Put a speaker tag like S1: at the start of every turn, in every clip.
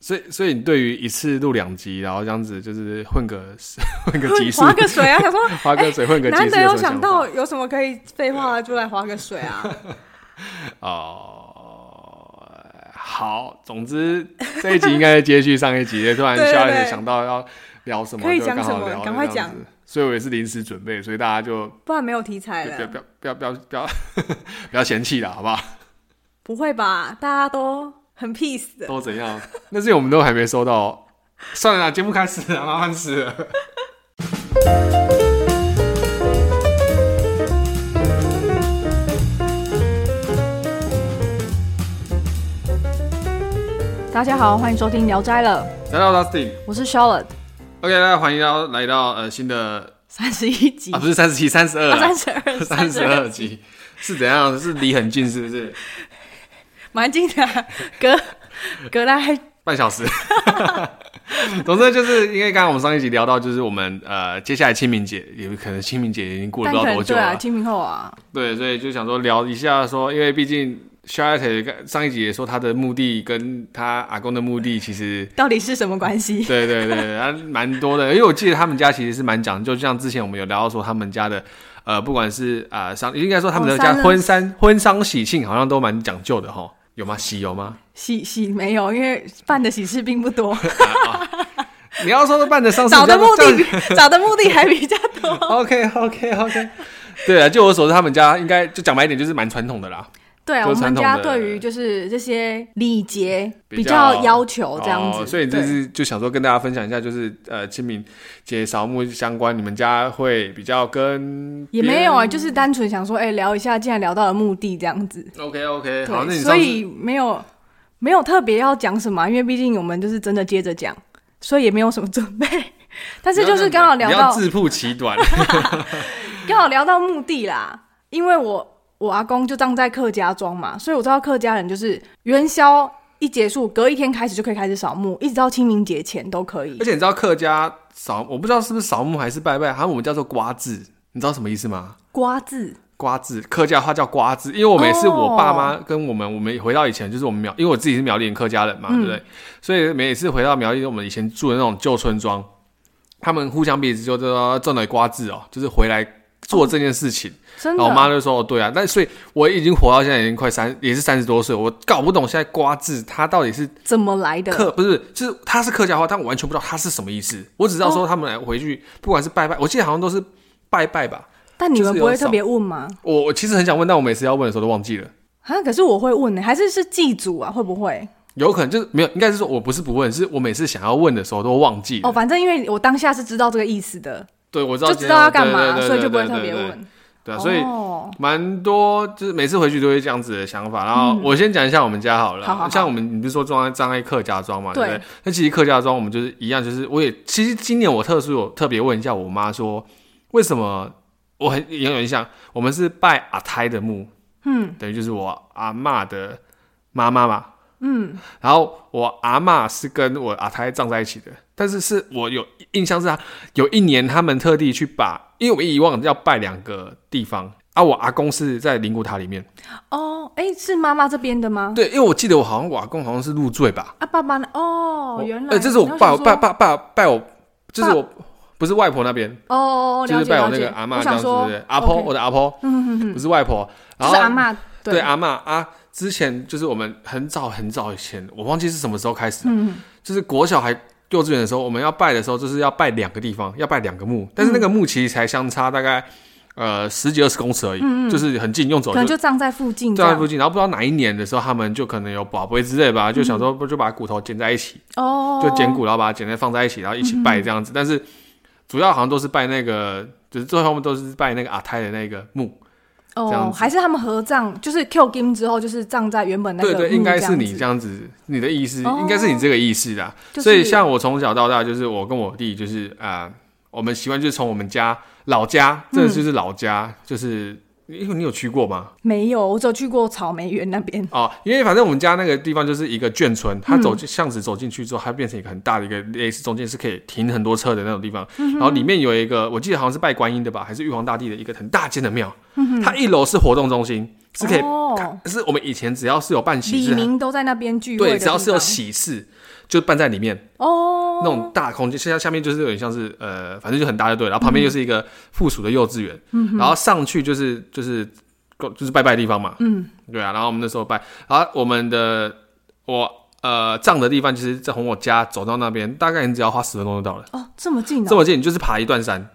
S1: 所以，所以你对于一次录两集，然后这样子就是混个 混 个集数，
S2: 划个水啊，想说
S1: 划个水混个集数
S2: 难
S1: 有
S2: 得
S1: 什
S2: 有
S1: 么
S2: 想
S1: 想
S2: 到有什么可以废话，就来划个水啊。
S1: 法哦。好，总之这一集应该是接续上一集，突然
S2: 对对
S1: 肖
S2: 对
S1: 也想到要聊什么，
S2: 可以
S1: 就
S2: 讲
S1: 刚好
S2: 什么
S1: 聊
S2: 赶快
S1: 这样子
S2: 讲。
S1: 所以我也是临时准备，所以大家就
S2: 不然没有题材
S1: 不要
S2: 了。
S1: 不要不要不要不要不要嫌弃了，好 不好？
S2: 不会吧？大家都很 peace 的。
S1: 都怎样？那是因为我们都还没收到。算了啦，节目开始了，麻烦死了。
S2: 大家好，欢迎收听《聊斋了》，
S1: 来到 Dustin。
S2: 我是 Charlotte，
S1: OK，大家欢迎到来到呃新的
S2: 三十一集
S1: 啊，，不是三十七，三十二，
S2: 三十二，
S1: 三十
S2: 32
S1: 二，集是怎样？是离很近是不是？
S2: 蛮近的啊， 隔隔大概
S1: 半小 时。 总之就是因为刚刚我们上一集聊到，就是我们呃接下来清明节，有可能清明节已经过了不
S2: 但
S1: 知
S2: 可
S1: 道
S2: 能
S1: 多久
S2: 对啊，
S1: 了，
S2: 清明后啊，
S1: 对，所以就想说聊一下说，因为毕竟 Charlotte 上一集也说他的墓地跟他阿公的墓地其实。
S2: 到底是什么关 系？
S1: 对对对，还蛮多的，因为我记得他们家其实是蛮讲究，就像之前我们有聊到说他们家的，呃，不管是啊、呃、丧，应该说他们的
S2: 哦
S1: 家
S2: 丧
S1: 婚丧婚丧喜庆好像都蛮讲究的哈，有吗？喜有吗？
S2: 喜喜没有，因为办的喜事并 不多，
S1: 你要说是办的丧事，
S2: 找的
S1: 这样
S2: 目
S1: 这
S2: 的
S1: 样
S2: 比 找的目的还 比较多。
S1: OK OK OK，对 啊，就我所知，他们家应该就讲白一点，就是蛮传统的啦。
S2: 对啊，
S1: 就
S2: 我
S1: 是
S2: 们
S1: 传统的
S2: 家对于就是这些礼节
S1: 比
S2: 比
S1: 较
S2: 较要求这样
S1: 哦
S2: 子，
S1: 所以你这
S2: 对
S1: 次就想说跟大家分享一下，就是呃清明节扫墓相关，你们家会比较跟
S2: 也没有啊，就是单纯想说，哎、聊一下，既然聊到了目的这样子，
S1: OK OK，好，那
S2: 对，
S1: 你
S2: 所
S1: 上次
S2: 以没有没有特别要讲什么啊，因为毕竟我们就是真的接着讲，所以也没有什么准备。 但是就是刚好聊
S1: 你要
S2: 到
S1: 自曝其短，啊
S2: 刚好聊到目的啦，因为我我阿公就葬在客家庄嘛，所以我知道客家人就是元宵一结束，隔一天开始就可以开始扫墓，一直到清明节前都可以
S1: 而。且你知道客家扫，我不知道是不是扫墓还是拜拜，好像我们叫做瓜字，你知道什么意思吗？
S2: 瓜字
S1: 瓜字，客家话叫瓜字，因为我每次
S2: 哦
S1: 我爸妈跟我们，我们回到以前就是我们苗，因为我自己是苗栗人客家人嘛，对不对？所以每次回到苗栗，我们以前住的那种旧村庄，他们互相彼此就说赚了瓜字哦，就是回来做这件事情。
S2: 真
S1: 然
S2: 的，
S1: 后我妈就说：“哦，对啊，但所以我已经活到现在已经快三，也是三十多岁，我搞不懂现在瓜字它到底是
S2: 怎么来的？
S1: 客不是，就是它是客家话，但我完全不知道它是什么意思。我只知道
S2: 哦
S1: 说他们来回去，不管是拜拜，我记得好像都是拜拜吧。”
S2: 但你
S1: 就
S2: 们
S1: 是
S2: 不会
S1: 有扫
S2: 特别问吗？
S1: 我我其实很想问，但我每次要问的时候都忘记了。
S2: 啊，可是我会问呢、还是是祭祖啊？会不会？
S1: 有可能就是没有，应该是说我不是不问，是我每次想要问的时候都忘记了。
S2: 哦，反正因为我当下是知道这个意思的，
S1: 对，我知道
S2: 就知道要干嘛，
S1: 对对对对
S2: 所以就不会
S1: 对
S2: 特别
S1: 对对
S2: 问。
S1: 对啊，所以
S2: 哦
S1: 蛮多，就是每次回去都会这样子的想法。然后我先讲一下我们家好了，
S2: 嗯好好好
S1: 像我们你不是说装在张爱客家庄嘛，
S2: 对
S1: 对不对？那其实客家庄我们就是一样，就是我也其实今年我特殊有特别问一下我妈说，为什么我很也有印象，我们是拜阿胎的墓，
S2: 嗯，
S1: 等于就是我阿嬷的妈妈嘛，嗯，然后我阿嬷是跟我阿胎葬在一起的，但是是我有印象是他有一年他们特地去把，因为我们以往要拜两个地方啊，我阿公是在灵骨塔里面，
S2: 哦，哎、是妈妈这边的吗？
S1: 对，因为我记得我好像我阿公好像是入赘吧，
S2: 啊，爸爸呢？哦，原来、
S1: 呃，这是我
S2: 然后
S1: 爸
S2: 想
S1: 我
S2: 说
S1: 爸爸爸拜我，就是
S2: 爸
S1: 我不是外婆那边，
S2: 哦哦，哦
S1: 就
S2: 了
S1: 是
S2: 解
S1: 拜我
S2: 了
S1: 那
S2: 解。
S1: 个阿嬷
S2: 我
S1: 这样
S2: 想
S1: 子，对
S2: 说
S1: 不对？阿婆
S2: OK，
S1: 我的阿婆，
S2: 嗯嗯嗯，
S1: 不是外婆，然后
S2: 就是阿嬷
S1: 对，阿嬷啊，之前就是我们很早很早以前，我忘记是什么时候开始了，
S2: 嗯，
S1: 就是国小还幼稚园的时候，我们要拜的时候，就是要拜两个地方，要拜两个墓，但是那
S2: 嗯
S1: 个墓其实才相差大概呃十几二十公尺而已，就是很近，用走
S2: 嗯可能
S1: 就。
S2: 就葬在附近这
S1: 在
S2: 样，嗯
S1: 附近，然后不知道哪一年的时候，他们就可能有宝贝之类吧，就想说不就把骨头捡在一起，
S2: 哦，嗯
S1: 就捡骨，然后把它捡在放在一起，然后一起拜这样子。但是主要好像都是拜那个，就是最后面都是拜那个阿泰的那个墓，这
S2: 哦，
S1: 样子
S2: 还是他们合葬，就是 Q Game 之后就是葬在原本那个
S1: 对对，
S2: 墓
S1: 应该是
S2: 样
S1: 你
S2: 子
S1: 这样子，你的意思、
S2: 哦
S1: 应该是你这个意思啦。
S2: 就是
S1: 所以像我从小到大，就是我跟我弟，就是啊、呃我们习惯就是从我们家老家，这个就是老家，就是因为你有去过吗？
S2: 没有，我只有去过草莓园那边，
S1: 哦，因为反正我们家那个地方就是一个眷村，它
S2: 嗯
S1: 走进巷子走进去之后，它变成一个很大的一个类似中间是可以停很多车的那种地方，
S2: 嗯
S1: 然后里面有一个我记得好像是拜观音的吧，还是玉皇大帝的一个很大间的庙，它一楼是活动中心，是可以。
S2: 嗯哦，
S1: 是我们以前只要是有办喜
S2: 李
S1: 事，
S2: 明都在那边聚会
S1: 对，
S2: 的地方，
S1: 只要是有喜事，就办在里面，
S2: 哦，
S1: 那种大空间，现在下面就是有点像是呃，反正就很大就对了，然后旁边就是一个附属的幼稚园，然后上去就是就是就是拜拜的地方嘛，
S2: 嗯，
S1: 对啊，然后我们那时候拜，然后我们的我呃葬的地方，其实在从我家走到那边，大概你只要花十分钟就到了，
S2: 哦，这么近
S1: 这
S2: 哦。
S1: 么近，你就是爬一段山，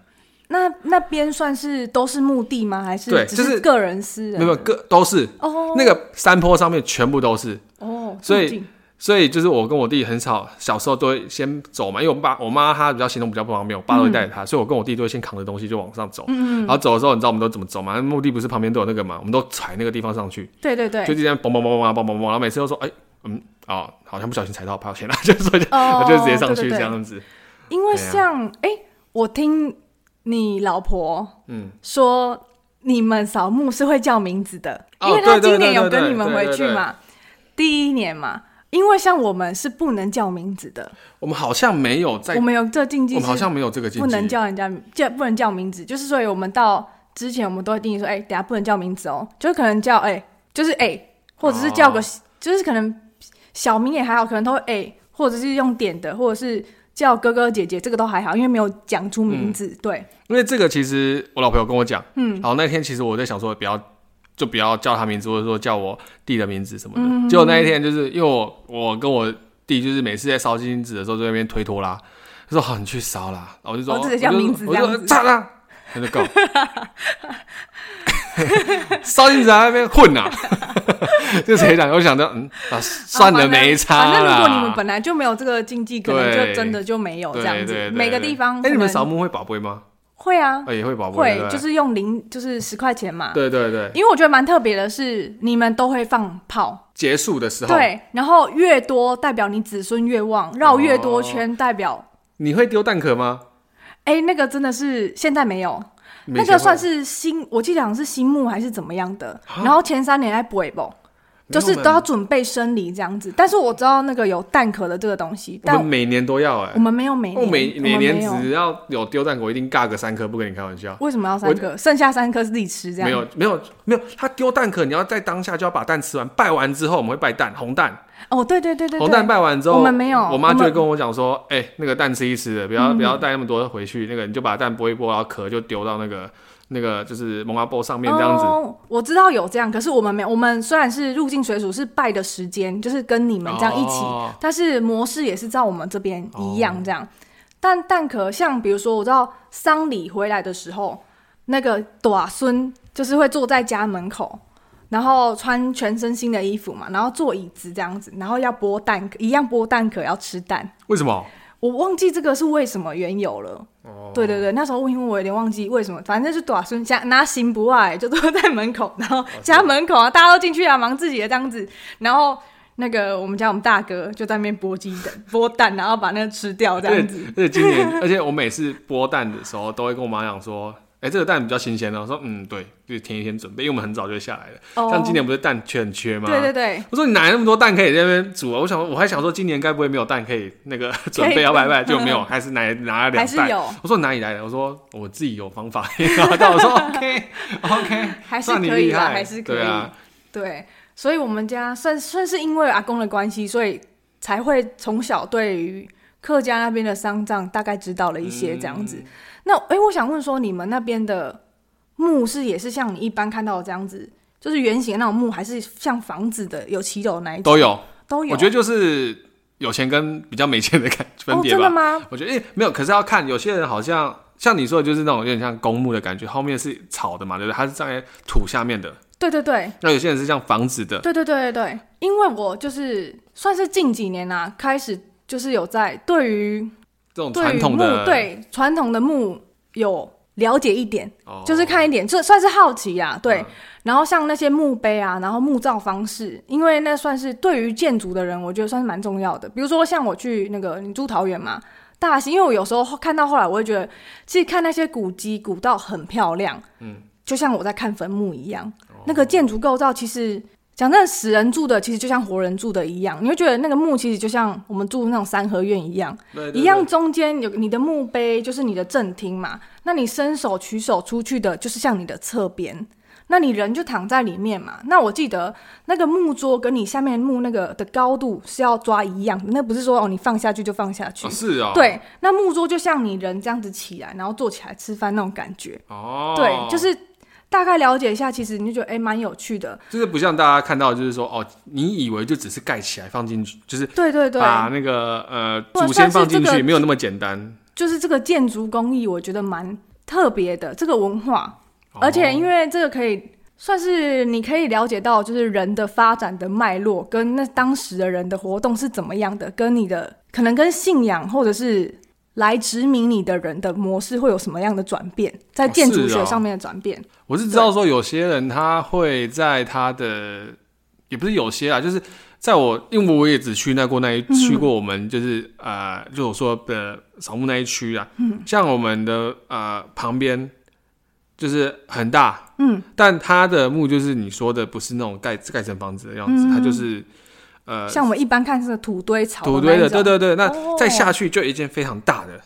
S2: 那那边算是都是墓地吗？还是
S1: 对
S2: 只
S1: 就是
S2: 个人私人？
S1: 没有个都是
S2: 哦，
S1: 那个山坡上面全部都是，
S2: 哦，
S1: 所以
S2: 这么近
S1: 所以就是我跟我弟很少，小时候都会先走嘛，因为我爸我妈她比较行动比较不方便，我爸都会带着她，所以我跟我弟都会先扛着东西就往上走。
S2: 嗯嗯嗯，
S1: 然后走的时候，你知道我们都怎么走吗？墓地不是旁边都有那个嘛，我们都踩那个地方上去，
S2: 对对对
S1: 就，这样嘣嘣嘣嘣嘣嘣嘣，然后每次都说，哎、嗯，哦，好像不小心踩到，抱歉了， 就是说就
S2: 哦
S1: 就直接上
S2: 对
S1: 去
S2: 对对
S1: 这样子，
S2: 因为
S1: 对啊
S2: 像哎、我听你老婆
S1: 嗯，
S2: 说，你们扫墓是会叫名字的，
S1: 哦
S2: 因为她
S1: 对对
S2: 今年
S1: 对对
S2: 有跟
S1: 对
S2: 你们
S1: 对
S2: 回
S1: 对
S2: 去
S1: 对
S2: 嘛，第一年嘛。因为像我们是不能叫名字的，
S1: 我们好像没有在，
S2: 我
S1: 我
S2: 们有这禁忌
S1: 们好
S2: 是
S1: 像没有这个禁忌，
S2: 不能叫人家叫不能叫名字，就是所以我们到之前我们都会定义说，哎、等下不能叫名字哦，就是可能叫哎、就是哎、或者是叫个、
S1: 哦
S2: 就是可能小名也还好，可能都会哎、或者是用点的，或者是叫哥哥姐姐，这个都还好，因为没有讲出名
S1: 嗯
S2: 字。对，
S1: 因为这个其实我老婆有跟我讲，
S2: 嗯
S1: 然后那天其实我在想说，不要就不要叫他名字，或者说叫我弟的名字什么
S2: 嗯
S1: 的。结果那一天就是因为我我跟我弟就是每次在烧金纸的时候，就在那边推脱啦，他说好你去烧啦，然后我就说
S2: 哦自己叫
S1: 我就
S2: 名字
S1: 我
S2: 这
S1: 就
S2: 样
S1: 说
S2: 子
S1: 炸啦，他就够。 烧金纸还在那边混呐、啊， 就谁讲？我想着，嗯啊，算
S2: 啊
S1: 了，
S2: 反正
S1: 没差啦。
S2: 反正如果你们本来就没有这个禁忌，可能就
S1: 对
S2: 真的就没有这
S1: 对
S2: 样
S1: 对
S2: 子。
S1: 对
S2: 每个
S1: 对
S2: 地方可能，
S1: 哎，你们扫墓会宝贝吗？
S2: 会啊，
S1: 哦，也会宝贝，对
S2: 会
S1: 不对
S2: 就是用零，就是十块钱嘛。
S1: 对对对，
S2: 因为我觉得蛮特别的是，你们都会放炮。
S1: 结束的时候，
S2: 对，然后越多代表你子孙越旺，绕越多圈代
S1: 哦
S2: 表，
S1: 你会丢蛋壳吗？
S2: 哎、那个真的是现在没有，那个算是新，我记得好像是新木还是怎么样的，然后前三年在补一补，就是都要准备生理这样子。但是我知道那个有蛋壳的这个东西，
S1: 我
S2: 但
S1: 们每年都要哎、
S2: 我们没有每
S1: 我
S2: 年，
S1: 每
S2: 我
S1: 每
S2: 们
S1: 年
S2: 没有
S1: 只要有丢蛋壳，我一定尬个三颗，不跟你开玩笑。
S2: 为什么要三颗？剩下三颗是自己吃这样？
S1: 没有没有没有，他丢蛋壳，你要在当下就要把蛋吃完。拜完之后，我们会拜蛋，红蛋，
S2: 哦，对对对对
S1: 红蛋
S2: 对，
S1: 拜完之后，
S2: 我们没有
S1: 我妈
S2: 我们嗯
S1: 就会跟我讲说，哎、那个蛋吃一吃的，不要不要带那么多回去，那个你就把蛋剥一剥，然后壳就丢到那个那个就是蒙阿波上面这样子。
S2: 哦，我知道有这样，可是我们没有。我们虽然是入境水属，是拜的时间，就是跟你们这样一起，
S1: 哦
S2: 但是模式也是照我们这边一样这样。但蛋壳像比如说，我知道丧礼回来的时候，那个短孙就是会坐在家门口，然后穿全身新的衣服嘛，然后坐椅子这样子，然后要剥蛋壳，一样剥蛋壳要吃蛋。
S1: 为什么？
S2: 我忘记这个是为什么缘由了。
S1: 哦，
S2: 对对对，那时候问因为我有点忘记为什么，反正就是短孙家拿行不爱，就都在门口，然
S1: 哦
S2: 后家门口啊，大家都进去啊，忙自己的这样子，然后。那个我们家我们大哥就在那边剥鸡蛋、剥蛋，然后把那个吃掉这
S1: 而
S2: 样
S1: 且
S2: 子。
S1: 而且今年，而且我每次剥蛋的时候，都会跟我妈讲说：“哎、这个蛋比较新鲜哦。”我说：“嗯，对，就是前一天准备，因为我们很早就下来了。
S2: 哦
S1: 像今年不是蛋缺很缺吗？
S2: 对对对，
S1: 我说：“你哪来那么多蛋可以在那边煮啊？”我想，我还想说今年该不会没有蛋可以那个 准备要拜 拜，就没有，还是拿拿了两
S2: 还是
S1: 袋。
S2: 有
S1: 我说哪里来的？我说我自己有方法拿到。 我说 OK OK，
S2: 还是
S1: 算你
S2: 可以
S1: 厉
S2: 啦，
S1: 害，
S2: 还是可以。
S1: 对啊，
S2: 对，所以我们家算算是因为阿公的关系，所以才会从小对于客家那边的丧葬大概知道了一些这样
S1: 嗯
S2: 子。那哎、诶我想问说，你们那边的墓是也是像你一般看到的这样子，就是圆形的那种墓，还是像房子的有骑楼那一种？
S1: 都有。
S2: 都有。
S1: 我觉得就是有钱跟比较没钱的感分
S2: 哦，
S1: 别
S2: 真
S1: 吧。
S2: 的吗？
S1: 我觉得，哎、没有，可是要看有些人好像像你说的，就是那种有点像公墓的感觉，后面是草的嘛，对不对？它是站在土下面的。
S2: 对对对。
S1: 那有些人是像房子的，
S2: 对对对对对，因为我就是算是近几年啊，开始就是有在对于
S1: 这种
S2: 对
S1: 传
S2: 于
S1: 统
S2: 木
S1: 的，，
S2: 对传统的木有了解一点，
S1: 哦、
S2: 就是看一点，这算是好奇呀、对。
S1: 嗯
S2: 然后像那些墓碑啊，然后墓造方式，因为那算是对于建筑的人，我觉得算是蛮重要的。比如说像我去那个你住桃园嘛，大溪，因为我有时候看到后来，我会觉得其实看那些古迹古道很漂亮，
S1: 嗯，哦
S2: 就像我在看坟墓一样，那个建筑构造其实。讲真的，死人住的其实就像活人住的一样，你会觉得那个墓其实就像我们住那种三合院一样，
S1: 对对对
S2: 一样，中间有你的墓碑，就是你的正厅嘛。那你伸手取手出去的，就是像你的侧边。那你人就躺在里面嘛。那我记得那个木桌跟你下面木那个的高度是要抓一样的，那不是说哦你放下去就放下去。
S1: 哦是哦，，
S2: 对，那木桌就像你人这样子起来，然后坐起来吃饭那种感觉。
S1: 哦，
S2: 对，就是大概了解一下，其实你就觉得哎蛮、有趣的。
S1: 就是不像大家看到，就是说哦，你以为就只是盖起来放进去，就是
S2: 对对对，
S1: 把那个呃
S2: 不
S1: 祖先
S2: 算
S1: 放
S2: 是这
S1: 进去，
S2: 个
S1: 没有那么简单。
S2: 就是这个建筑工艺，我觉得蛮特别的这个文化，而且因
S1: 为
S2: 为这个可以算是你可以了解到，就是人的发展的脉络，跟那当时的人的活动是怎么样的，跟你的可能跟信仰或者是来殖民你的人的模式会有什么样的转变，在
S1: 哦
S2: 建筑
S1: 是哦
S2: 学上面的转变。
S1: 我是知道说有些人他会在他的也不是有些啊，就是在我因为我也只去那过那一
S2: 嗯
S1: 去过我们就是呃就我说的扫墓那一区啊，嗯，像我们的呃旁边就是很大，
S2: 嗯，
S1: 但它的墓就是你说的不是那种盖盖成房子的样子，它就是呃
S2: 像我们一般看是土堆草
S1: 土堆
S2: 嗯的那
S1: 的，
S2: 一种，
S1: 对对对，那
S2: 哦
S1: 再下去就一间非常大的，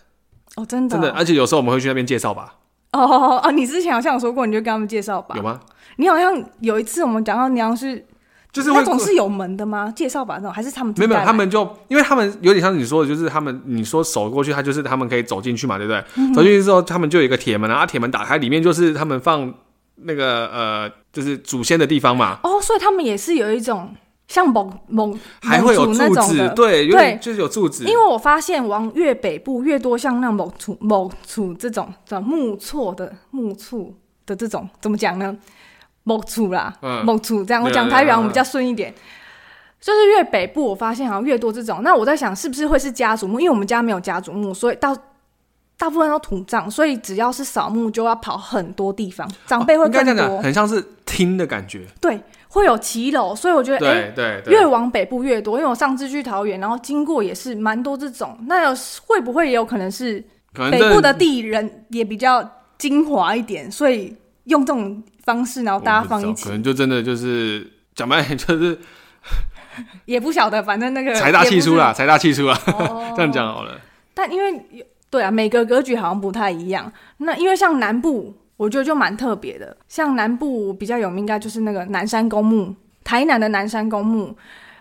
S2: 哦，真的
S1: 真
S2: 哦
S1: 的，而且有时候我们会去那边介绍吧，
S2: 哦哦哦哦，你之前好像有说过，你就跟他们介绍吧
S1: 有。吗？
S2: 你好像有一次我们讲到，你好像是
S1: 就是
S2: 那
S1: 会
S2: 种是有门的吗？介绍吧那种，还是 他们自
S1: 没有
S2: 己
S1: 没有，
S2: 带来
S1: 他们就因为他们有点像你说的，就是他们你说手过去，他就是他们可以走进去嘛，对不对？
S2: 嗯
S1: 走进去之后，他们就有一个铁门啊，啊铁门打开，里面就是他们放那个呃，就是祖先的地方嘛，
S2: 哦，所以他们也是有一种像蒙蒙
S1: 还会有
S2: 蒙族
S1: 柱
S2: 那种
S1: 子，
S2: 的。
S1: 对，有
S2: 对
S1: 点就是有柱子
S2: 因，为我发现往越北部越多像那种蒙楚蒙楚这种叫木错的木处的这种怎么讲呢？蒙楚啦，
S1: 嗯
S2: 蒙楚这样我
S1: 对
S2: 讲
S1: 对
S2: 台语
S1: 对
S2: 好像
S1: 对
S2: 比较顺一点。就是越北部，我发现好像越多这种。那我在想，是不是会是家族墓？因为我们家没有家族墓，所以到大部分都土葬，所以只要是扫墓就要跑很多地方，长辈会
S1: 应该
S2: 更
S1: 这样
S2: 多。
S1: 讲，很像是厅的感觉，
S2: 对，会有骑楼，所以我觉得哎、
S1: 对对
S2: 越
S1: 对，
S2: 往北部越多。因为我上次去桃园，然后经过也是蛮多这种。那有会不会也有可能是
S1: 可能
S2: 北
S1: 真
S2: 部的地人也比较精华一点，所以用这种方式，然后大家放一
S1: 我不知道可
S2: 起，
S1: 能就真的就是讲白点就是
S2: 也不晓得，反正那个
S1: 财大气粗啦，财大气粗啦，啊
S2: 也不是。哦
S1: 这样讲好了。
S2: 但因为有对啊，每个格局好像不太一样。那因为像南部，我觉得就蛮特别的。像南部比较有名，应该就是那个南山公墓，台南的南山公墓。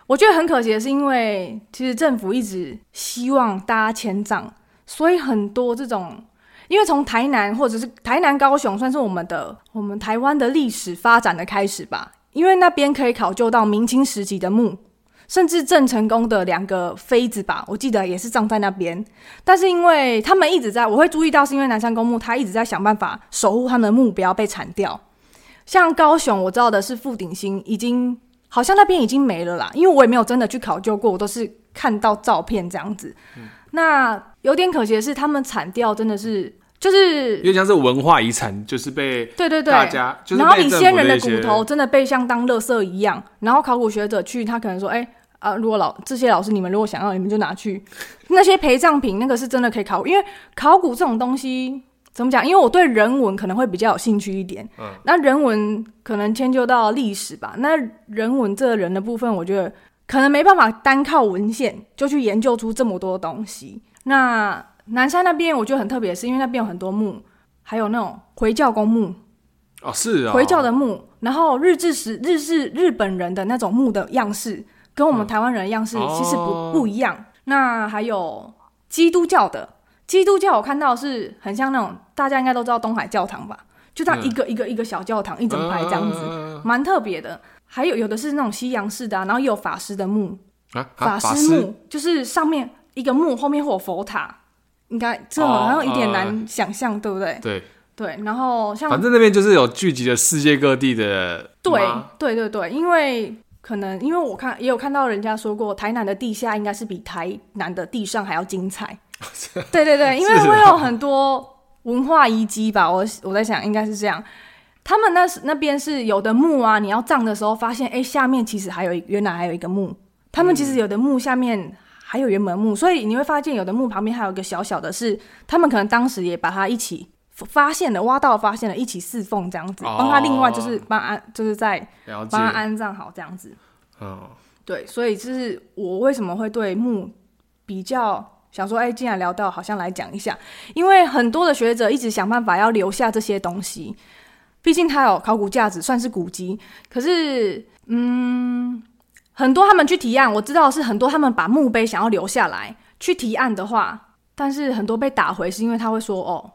S2: 我觉得很可惜的是，因为其实政府一直希望大家迁葬，所以很多这种，因为从台南或者是台南、高雄，算是我们的我们台湾的历史发展的开始吧。因为那边可以考究到明清时期的墓，甚至郑成功的两个妃子吧，我记得也是葬在那边。但是因为他们一直在，我会注意到，是因为南山公墓他一直在想办法守护他们的目标被铲掉。像高雄，我知道的是富鼎新已经好像那边已经没了啦，因为我也没有真的去考究过，我都是看到照片这样子。那有点可惜的是，他们铲掉真的是就是
S1: 因为像是文化遗产，就是被
S2: 对对对，
S1: 大家，就是
S2: 然后
S1: 被
S2: 你
S1: 政
S2: 先
S1: 府
S2: 人
S1: 的
S2: 的
S1: 一些
S2: 骨头真的被像当垃圾一样，然后考古学者去，他可能说，哎、啊，如果老这些老师你们如果想要，你们就拿去。 那些陪葬品那个是真的可以考古，因为考古这种东西怎么讲？因为我对人文可能会比较有兴趣一点，
S1: 嗯，
S2: 那人文可能迁就到历史吧。那人文这人的部分，我觉得可能没办法单靠文献就去研究出这么多东西。那南山那边我觉得很特别，是因为那边有很多墓，还有那种回教公墓。
S1: 哦，是啊，
S2: 回教的墓，然后日治时日式日本人的那种墓的样式，跟我们
S1: 嗯
S2: 台湾人的样式其实不、
S1: 哦
S2: 不一样。那还有基督教的，基督教我看到是很像那种大家应该都知道东海教堂吧，就这样
S1: 嗯
S2: 一个一个一个小教堂一
S1: 一
S2: 整排这样子，
S1: 子
S2: 蛮特别的。还有有的是那种西洋式的、啊，然后也有法师的墓，
S1: 啊，啊
S2: 法师
S1: 师
S2: 墓就是上面一个墓后面会有佛塔，应该这
S1: 哦
S2: 好像有点
S1: 嗯
S2: 难想象，对不对？
S1: 对，
S2: 对，然后像
S1: 反正那边就是有聚集了世界各地的
S2: 对
S1: 妈
S2: 对对对，因为可能因为我看也有看到人家说过，台南的地下应该是比台南的地上还要 精彩。对对对，因为
S1: 是
S2: 会
S1: 啊
S2: 有很多文化遗迹吧，我我在想应该是这样。他们那是那边是有的墓啊，你要葬的时候发现，哎、下面其实还有一原来还有一个墓。他们其
S1: 嗯
S2: 实有的墓下面还有原本墓，所以你会发现有的墓旁边还有一个小小的是，他们可能当时也把它一起发现了，挖到发现了，一起侍奉这样子，帮他另外就是帮他安，就是在
S1: 了解
S2: 帮他，安葬好这样子。
S1: 嗯，
S2: 对，所以就是我为什么会对墓比较想说，哎、既然聊到，好像来讲一下，因为很多的学者一直想办法要留下这些东西，毕竟它有考古价值，算是古迹。可是，嗯，很多他们去提案，我知道是很多他们把墓碑想要留下来去提案的话，但是很多被打回是因为他会说哦，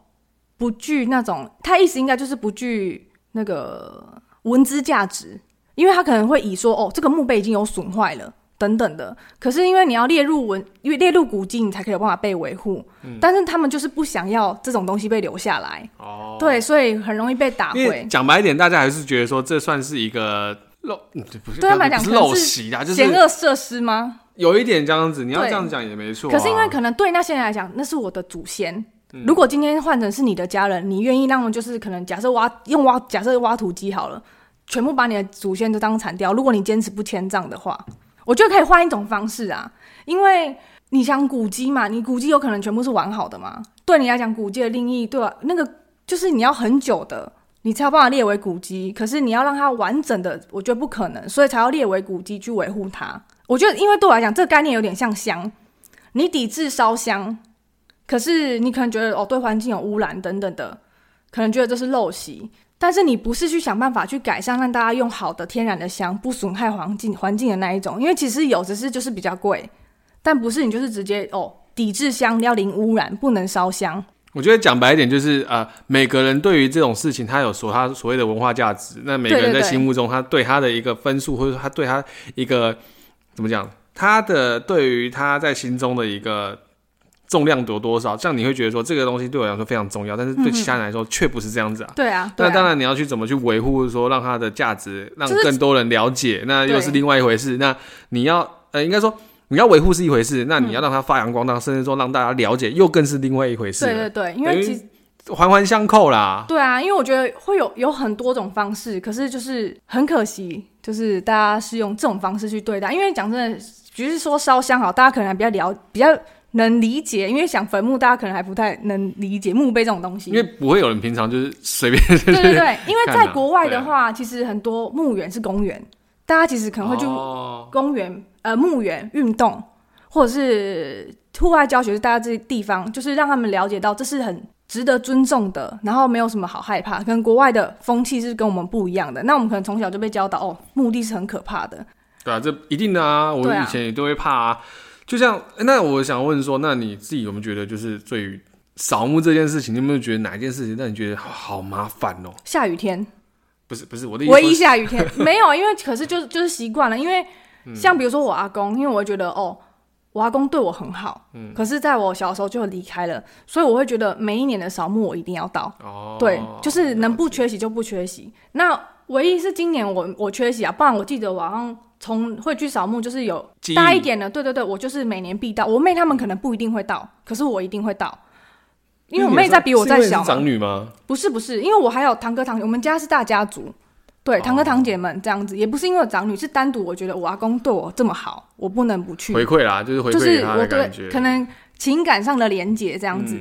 S2: 不具那种，他意思应该就是不具那个文资价值，因为他可能会以说哦，这个墓碑已经有损坏了。等等的，可是因为你要列入文，因为列入古迹，你才可以有办法被维护。
S1: 嗯
S2: 但是他们就是不想要这种东西被留下来，
S1: 哦，
S2: 对，所以很容易被打
S1: 因为
S2: 回。
S1: 讲白一点，大家还是觉得说这算是一个陋，嗯不是
S2: 对他们来
S1: 不
S2: 讲
S1: 是
S2: 可能
S1: 陋
S2: 是
S1: 习啦，就
S2: 险
S1: 是
S2: 恶设施吗？
S1: 有一点这样子。你要
S2: 对
S1: 这样讲也没错啊、嗯
S2: 可是因为可能对那些人来讲，那是我的祖先。如果今天换成是你的家人，你愿意让我们就是可能假设挖用挖假设挖土机好了，全部把你的祖先都当铲掉。如果你坚持不迁葬的话，我觉得可以换一种方式啊，因为你想古迹嘛，你古迹有可能全部是完好的嘛，对你来讲古迹的定义，对吧、啊那个就是你要很久的，你才有办法列为古迹。可是你要让它完整的，我觉得不可能，所以才要列为古迹去维护它。我觉得，因为对我来讲，这个概念有点像香，你抵制烧香，可是你可能觉得哦，对环境有污染等等的，可能觉得这是陋习。但是你不是去想办法去改善，让大家用好的天然的香，不损害环境环境的那一种。因为其实有，只是就是比较贵，但不是你就是直接哦抵制香要零污染，不能烧香。
S1: 我觉得讲白一点，就是呃，每个人对于这种事情，他有所他所谓的文化价值。那每个人
S2: 对对
S1: 在
S2: 对
S1: 心目中，他对他的一个分数，或者说他对他一个怎么讲，他的对于他在心中的一个重量有多少，这样你会觉得说这个东西对我来说非常重要，但是对其他人来说却不是这样子啊。
S2: 对啊，对
S1: 那
S2: 啊
S1: 当然，你要去怎么去维护，说让它的价值让
S2: 就是
S1: 更多人了解，那又
S2: 对
S1: 是另外一回事。那你要呃，应该说你要维护是一回事，那你要让它发扬光大，甚至说让大家了解，又更是另外一回事了。
S2: 对对对，因
S1: 等
S2: 为
S1: 于
S2: 其实
S1: 环环相扣啦。
S2: 对啊，因为我觉得会有有很多种方式，可是就是很可惜，就是大家是用这种方式去对待。因为讲真的，只是说烧香好，大家可能还比较了比较能理解，因为想坟墓，大家可能还不太能理解墓碑这种东西。
S1: 因为不会有人平常就是随 便，
S2: 对对对，因为
S1: 看啊
S2: 在国外的话，其实很多墓园是公园，大家其实可能会去
S1: 哦
S2: 公园、呃墓园运动，或者是户外教学，是大家这些地方，就是让他们了解到这是很值得尊重的，然后没有什么好害怕。跟国外的风气是跟我们不一样的，那我们可能从小就被教导哦，墓地是很可怕的。
S1: 对啊，这一定的啊，我
S2: 对啊
S1: 以前也都会怕啊。就像那我想问说，那你自己有没有觉得就是对于扫墓这件事情，你有没有觉得哪一件事情让你觉得好好麻烦哦？
S2: 下雨 天，
S1: 不是不是，我的意
S2: 唯一
S1: 思说
S2: 下雨 天没有，啊因为可是嗯就是就是习惯了，因为像比如说我阿公，因为我会觉得哦，我阿公对我很好，可是在我小时候就离开了，所以我会觉得每一年的扫墓我一定要到，
S1: 哦，
S2: 对，就是能不缺席就不缺席。那唯一是今年我我缺席啊，不然我记得我好像从会去扫墓，就是有
S1: 记忆
S2: 大一点的，对对对，我就是每年必到。我妹她们可能不一定会到，可是我一定会到，因为我妹在比我再
S1: 是因为
S2: 小
S1: 你是
S2: 嘛。
S1: 长女吗？
S2: 不是不是，因为我还有堂哥堂姐，我们家是大家族，对，
S1: 哦
S2: 堂哥堂姐们这样子，也不是因为我长女，是单独我觉得我阿公对我这么好，我不能不去，
S1: 回馈啦，就是回
S2: 嗯就
S1: 馈给
S2: 是
S1: 她
S2: 我
S1: 的
S2: 对
S1: 感觉，嗯
S2: 可能情感上的连结这
S1: 这
S2: 样子。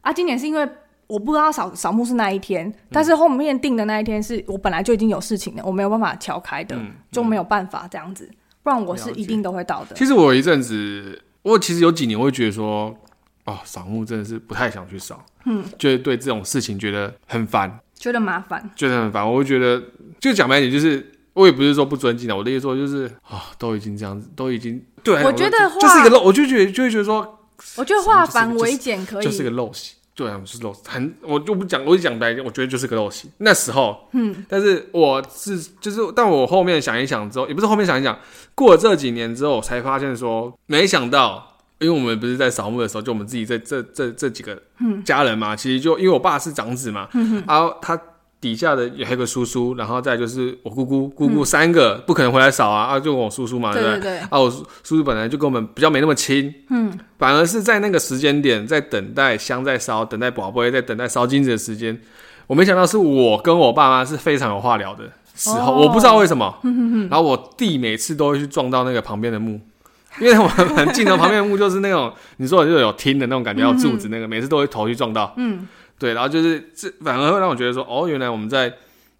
S2: 啊，今年是因为我不知道扫扫墓是那一
S1: 嗯
S2: 天，但是后面定的那一天是我本来就已经有事情了，我没有办法敲开的，
S1: 嗯
S2: 就没有办法这样子，不然我是
S1: 了解
S2: 一定都会到的。
S1: 其实我有一阵子，我其实有几年会觉得说，哦，扫墓真的是不太想去扫，嗯，就是对这种事情觉得很烦，
S2: 觉得麻烦，
S1: 觉得很烦。我会觉得，就讲白一点，就是我也不是说不尊敬的，我的意思说就是啊、都已经这样子，都已经对，
S2: 我觉得
S1: 就就是一个
S2: 话
S1: 陋，我就觉得就会觉得说，
S2: 我觉得化
S1: 就是
S2: 繁
S1: 就是
S2: 为简可以，
S1: 就是个陋习。对啊，是陋习，很，我就不讲，我就讲白一点，我觉得就是个陋习。那时候，嗯，但是我是就是，但我后面想一想之后，也不是后面想一想，过了这几年之后，我才发现说，没想到，因为我们不是在扫墓的时候，就我们自己这这这这几个
S2: 嗯
S1: 家人嘛，其实就因为我爸是长子嘛，然后他底下的还有个叔叔，然后再就是我姑姑姑姑三个，不可能回来扫啊，啊就我叔叔嘛，
S2: 嗯对
S1: 不
S2: 对对
S1: 啊，我叔叔叔本来就跟我们比较没那么亲，嗯，反而是在那个时间点，在等待香在烧，等待宝贝，在等待烧金子的时间，我没想到是我跟我爸妈是非常有话聊的时候，
S2: 哦
S1: 我不知道为什么。然后我弟每次都会去撞到那个旁边的墓， 因为我们很近的旁边的墓就是那种你说的就有厅的那种感觉，要柱子那个，每次都会头去撞到。
S2: 嗯，
S1: 对，然后就是这反而会让我觉得说，哦，原来我们在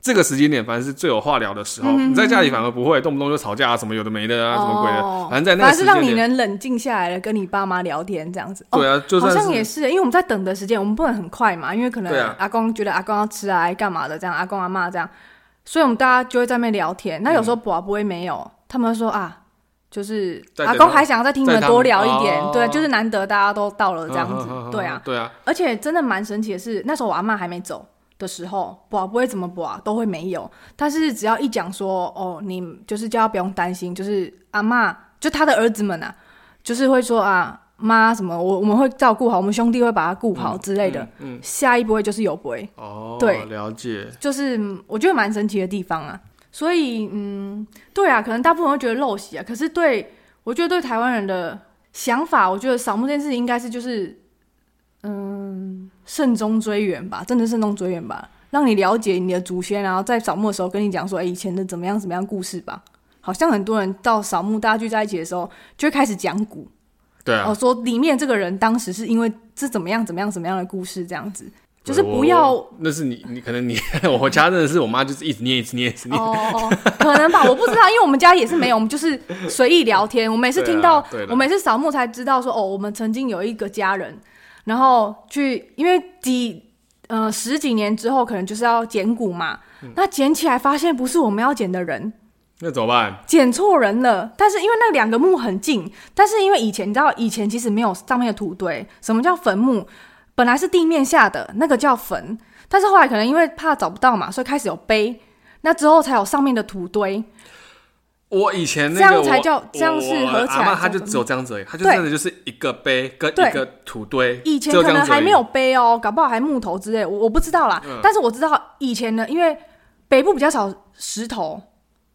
S1: 这个时间点反正是最有话聊的
S2: 嗯
S1: 时候。你在家里反而不会动不动就吵架啊，什么有的没的啊，什么鬼
S2: 哦
S1: 的，反正在那个
S2: 反而是
S1: 时
S2: 让
S1: 间
S2: 你
S1: 点，
S2: 能冷静下来了，跟你爸妈聊天这样子。哦
S1: 对啊，就
S2: 好
S1: 算
S2: 像也
S1: 是
S2: 是，因为我们在等的时间，我们不能很快嘛，因为可能
S1: 对啊
S2: 阿公觉得阿公要吃啊，干嘛的这样，阿公阿妈这样，所以我们大家就会在那边聊天。那有
S1: 嗯
S2: 时候宝不会没有，他们说啊，就是
S1: 再
S2: 阿
S1: 等
S2: 公
S1: 他
S2: 还想要再听你
S1: 再
S2: 们
S1: 他
S2: 多
S1: 们
S2: 聊一点，
S1: 哦
S2: 对，就是难得大家都到了这样
S1: 嗯
S2: 子，
S1: 嗯嗯嗯
S2: 对啊。
S1: 对啊，
S2: 而且真的蛮神奇的是，那时候我阿妈还没走的时候，卜不会怎么卜啊都会没有，但是只要一讲说哦，你就是叫他不用担心，就是阿妈就他的儿子们啊，就是会说啊妈什么，我我们会照顾好，我们兄弟会把他顾好之类的。
S1: 嗯，嗯，
S2: 下一波就是有不会，
S1: 哦，
S2: 对
S1: 了解，
S2: 就是嗯我觉得蛮神奇的地方啊。所以嗯，对啊，可能大部分人会觉得陋习啊，可是对我觉得对台湾人的想法，我觉得扫墓这件事情应该是就是嗯慎终追远吧，真的慎终追远吧，让你了解你的祖先，然后在扫墓的时候跟你讲说，哎、以前的怎么样怎么样故事吧。好像很多人到扫墓，大家聚在一起的时候，就会开始讲古，
S1: 对
S2: 哦、
S1: 啊，
S2: 说里面这个人当时是因为这怎么样怎么样怎么样的故事，这样子，就是
S1: 我
S2: 不要
S1: 我那是你，你可能你 我家真的是我妈就是一直念一直念一直念，
S2: 哦， 可能吧，我不知道，因为我们家也是没有，我们就是随意聊天。我每次听到，
S1: 对啊对啦
S2: 我每次扫墓才知道说，哦，我们曾经有一个家人，然后去，因为几呃十几年之后，可能就是要捡骨嘛。
S1: 嗯
S2: 那捡起来发现不是我们要捡的人，
S1: 那怎么办？
S2: 捡错人了。但是因为那两个墓很近，但是因为以前你知道，以前其实没有上面的土堆。什么叫坟墓？本来是地面下的那个叫坟，但是后来可能因为怕找不到嘛，所以开始有碑。那之后才有上面的土堆，
S1: 我以前那
S2: 这
S1: 个
S2: 样才
S1: 我
S2: 叫这样是
S1: 我
S2: 合起
S1: 阿
S2: 来
S1: 妈
S2: 叫
S1: 她就
S2: 什么
S1: 只有这样子而已，她就
S2: 对
S1: 真的就是一个碑跟
S2: 对
S1: 一个土堆，
S2: 以前
S1: 只有
S2: 可
S1: 这样
S2: 能
S1: 子而
S2: 还
S1: 已
S2: 没有碑哦，搞不好还木头之类，我我不知道啦。但是我知道以前呢，因为北部比较少石头，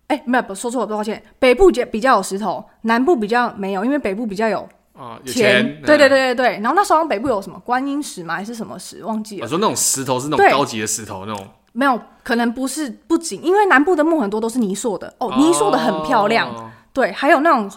S2: 哎、没有不说错了，抱歉，北部比较比较有石头，南部比较没有，因为北部比较有
S1: 啊，有
S2: 钱
S1: 钱，，
S2: 对对
S1: 嗯。
S2: 对对对。然后那时候好像北部有什么观音石吗？还是什么石？忘记
S1: 我
S2: 了。
S1: 啊说那种石头是那种
S2: 对
S1: 高级的石头，那种
S2: 没有，可能不是不仅，因为南部的墓很多都是泥塑的哦，泥塑的很漂亮。
S1: 哦
S2: 对，还有那种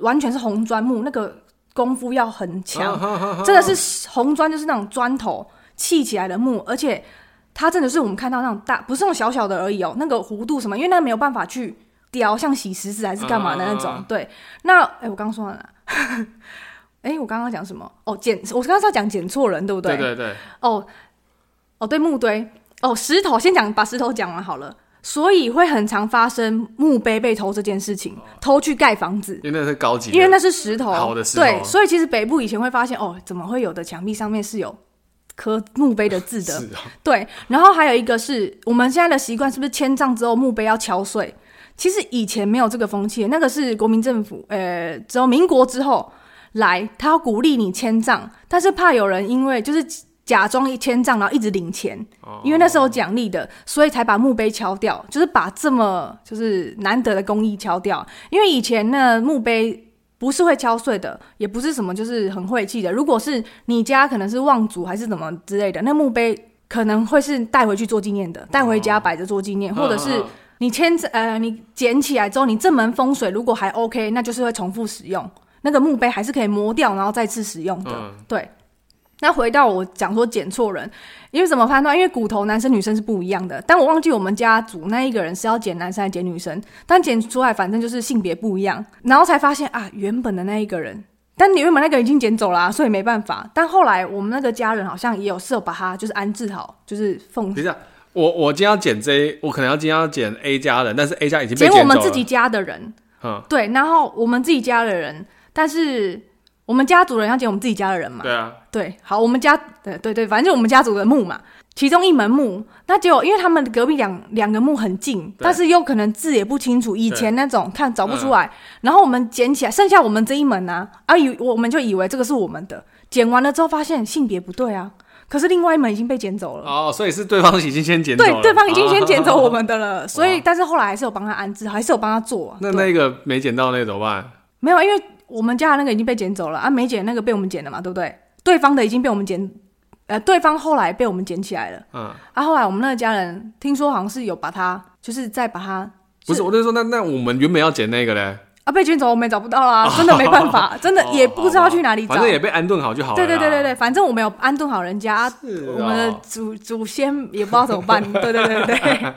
S2: 完全是红砖墓，那个功夫要很
S1: 啊
S2: 强，真的是红砖就是那种砖头砌起来的墓，而且它真的是我们看到那种大，不是那种小小的而已哦，那个弧度什么，因为那个没有办法去雕，像洗石子还是干嘛的那种。
S1: 嗯嗯嗯嗯
S2: 对，那哎、我刚说完了。 哎，我刚刚讲什么？哦，捡，我刚刚是要讲捡错人，对不
S1: 对对对，
S2: 哦，哦，对，木堆，哦，石头，先讲把石头讲完好了。所以会很常发生墓碑被偷这件事情，偷去盖房子，
S1: 因为那是高级的，
S2: 因为那是石头，
S1: 哦好的石头
S2: 对，所以其实北部以前会发现，哦，怎么会有的墙壁上面是有刻墓碑的字的？
S1: 是啊，
S2: 对，然后还有一个是我们现在的习惯，是不是迁葬之后墓碑要敲碎？其实以前没有这个风气，那个是国民政府，呃，只有民国之后来，他要鼓励你迁葬，但是怕有人因为就是假装一迁葬，然后一直领钱，
S1: 哦
S2: 因为那是有奖励的，所以才把墓碑敲掉，就是把这么就是难得的工艺敲掉。因为以前那墓碑不是会敲碎的，也不是什么就是很晦气的。如果是你家可能是望族还是怎么之类的，那墓碑可能会是带回去做纪念的，带回
S1: 哦
S2: 家摆着做纪念，或者是
S1: 嗯嗯嗯
S2: 你签字呃你捡起来之后，你正门风水如果还 OK，那就是会重复使用。那个墓碑还是可以磨掉，然后再次使用的。
S1: 嗯
S2: 对。那回到我讲说捡错人，因为怎么判断？因为骨头男生女生是不一样的，但我忘记我们家族那一个人是要捡男生还是捡女生，但捡出来反正就是性别不一样，然后才发现啊，原本的那一个人，但你原本那个人已经捡走了、啊，所以没办法。但后来我们那个家人好像也有是有把他就是安置好，就是奉
S1: 等一下，我我今天要剪 J，我可能要今天要剪 A 家人，但是 A 家已经被
S2: 捡
S1: 走了。
S2: 我们自己家的人，
S1: 嗯，
S2: 对，然后我们自己家的人，但是我们家族人要捡我们自己家的人嘛，
S1: 对啊，
S2: 对，好，我们家对对对，反正就我们家族的墓嘛，其中一门墓，那结果因为他们隔壁两两个墓很近，但是又可能字也不清楚，以前那种看找不出来，然后我们捡起来，剩下我们这一门啊，啊以我们就以为这个是我们的，捡完了之后发现性别不对啊，可是另外一门已经被捡走了。
S1: 哦，所以是对方已经先捡走了，
S2: 对，对方已经先捡走我
S1: 哦。
S2: 们的了，所以但是后来还是有帮他安置，还是有帮他做啊。
S1: 那
S2: 对
S1: 那个没捡到那个怎么办？
S2: 没有，因为我们家的那个已经被捡走了啊，没捡那个被我们捡了嘛，对不对？对方的已经被我们捡，呃，对方后来被我们捡起来了。
S1: 嗯，
S2: 啊，后来我们那个家人听说好像是有把它，就是再把它
S1: 不是，我就说那那我们原本要捡那个嘞，
S2: 啊被卷走，我们也找不到 啦，真的没办法，真的
S1: 哦
S2: 也不知道去哪里
S1: 好吧
S2: 找。
S1: 反正也被安顿好就好了。
S2: 对对对对，对，反正我们有安顿好人家，啊
S1: 是哦
S2: 我们的祖祖先也不知道怎么办。对对对对对。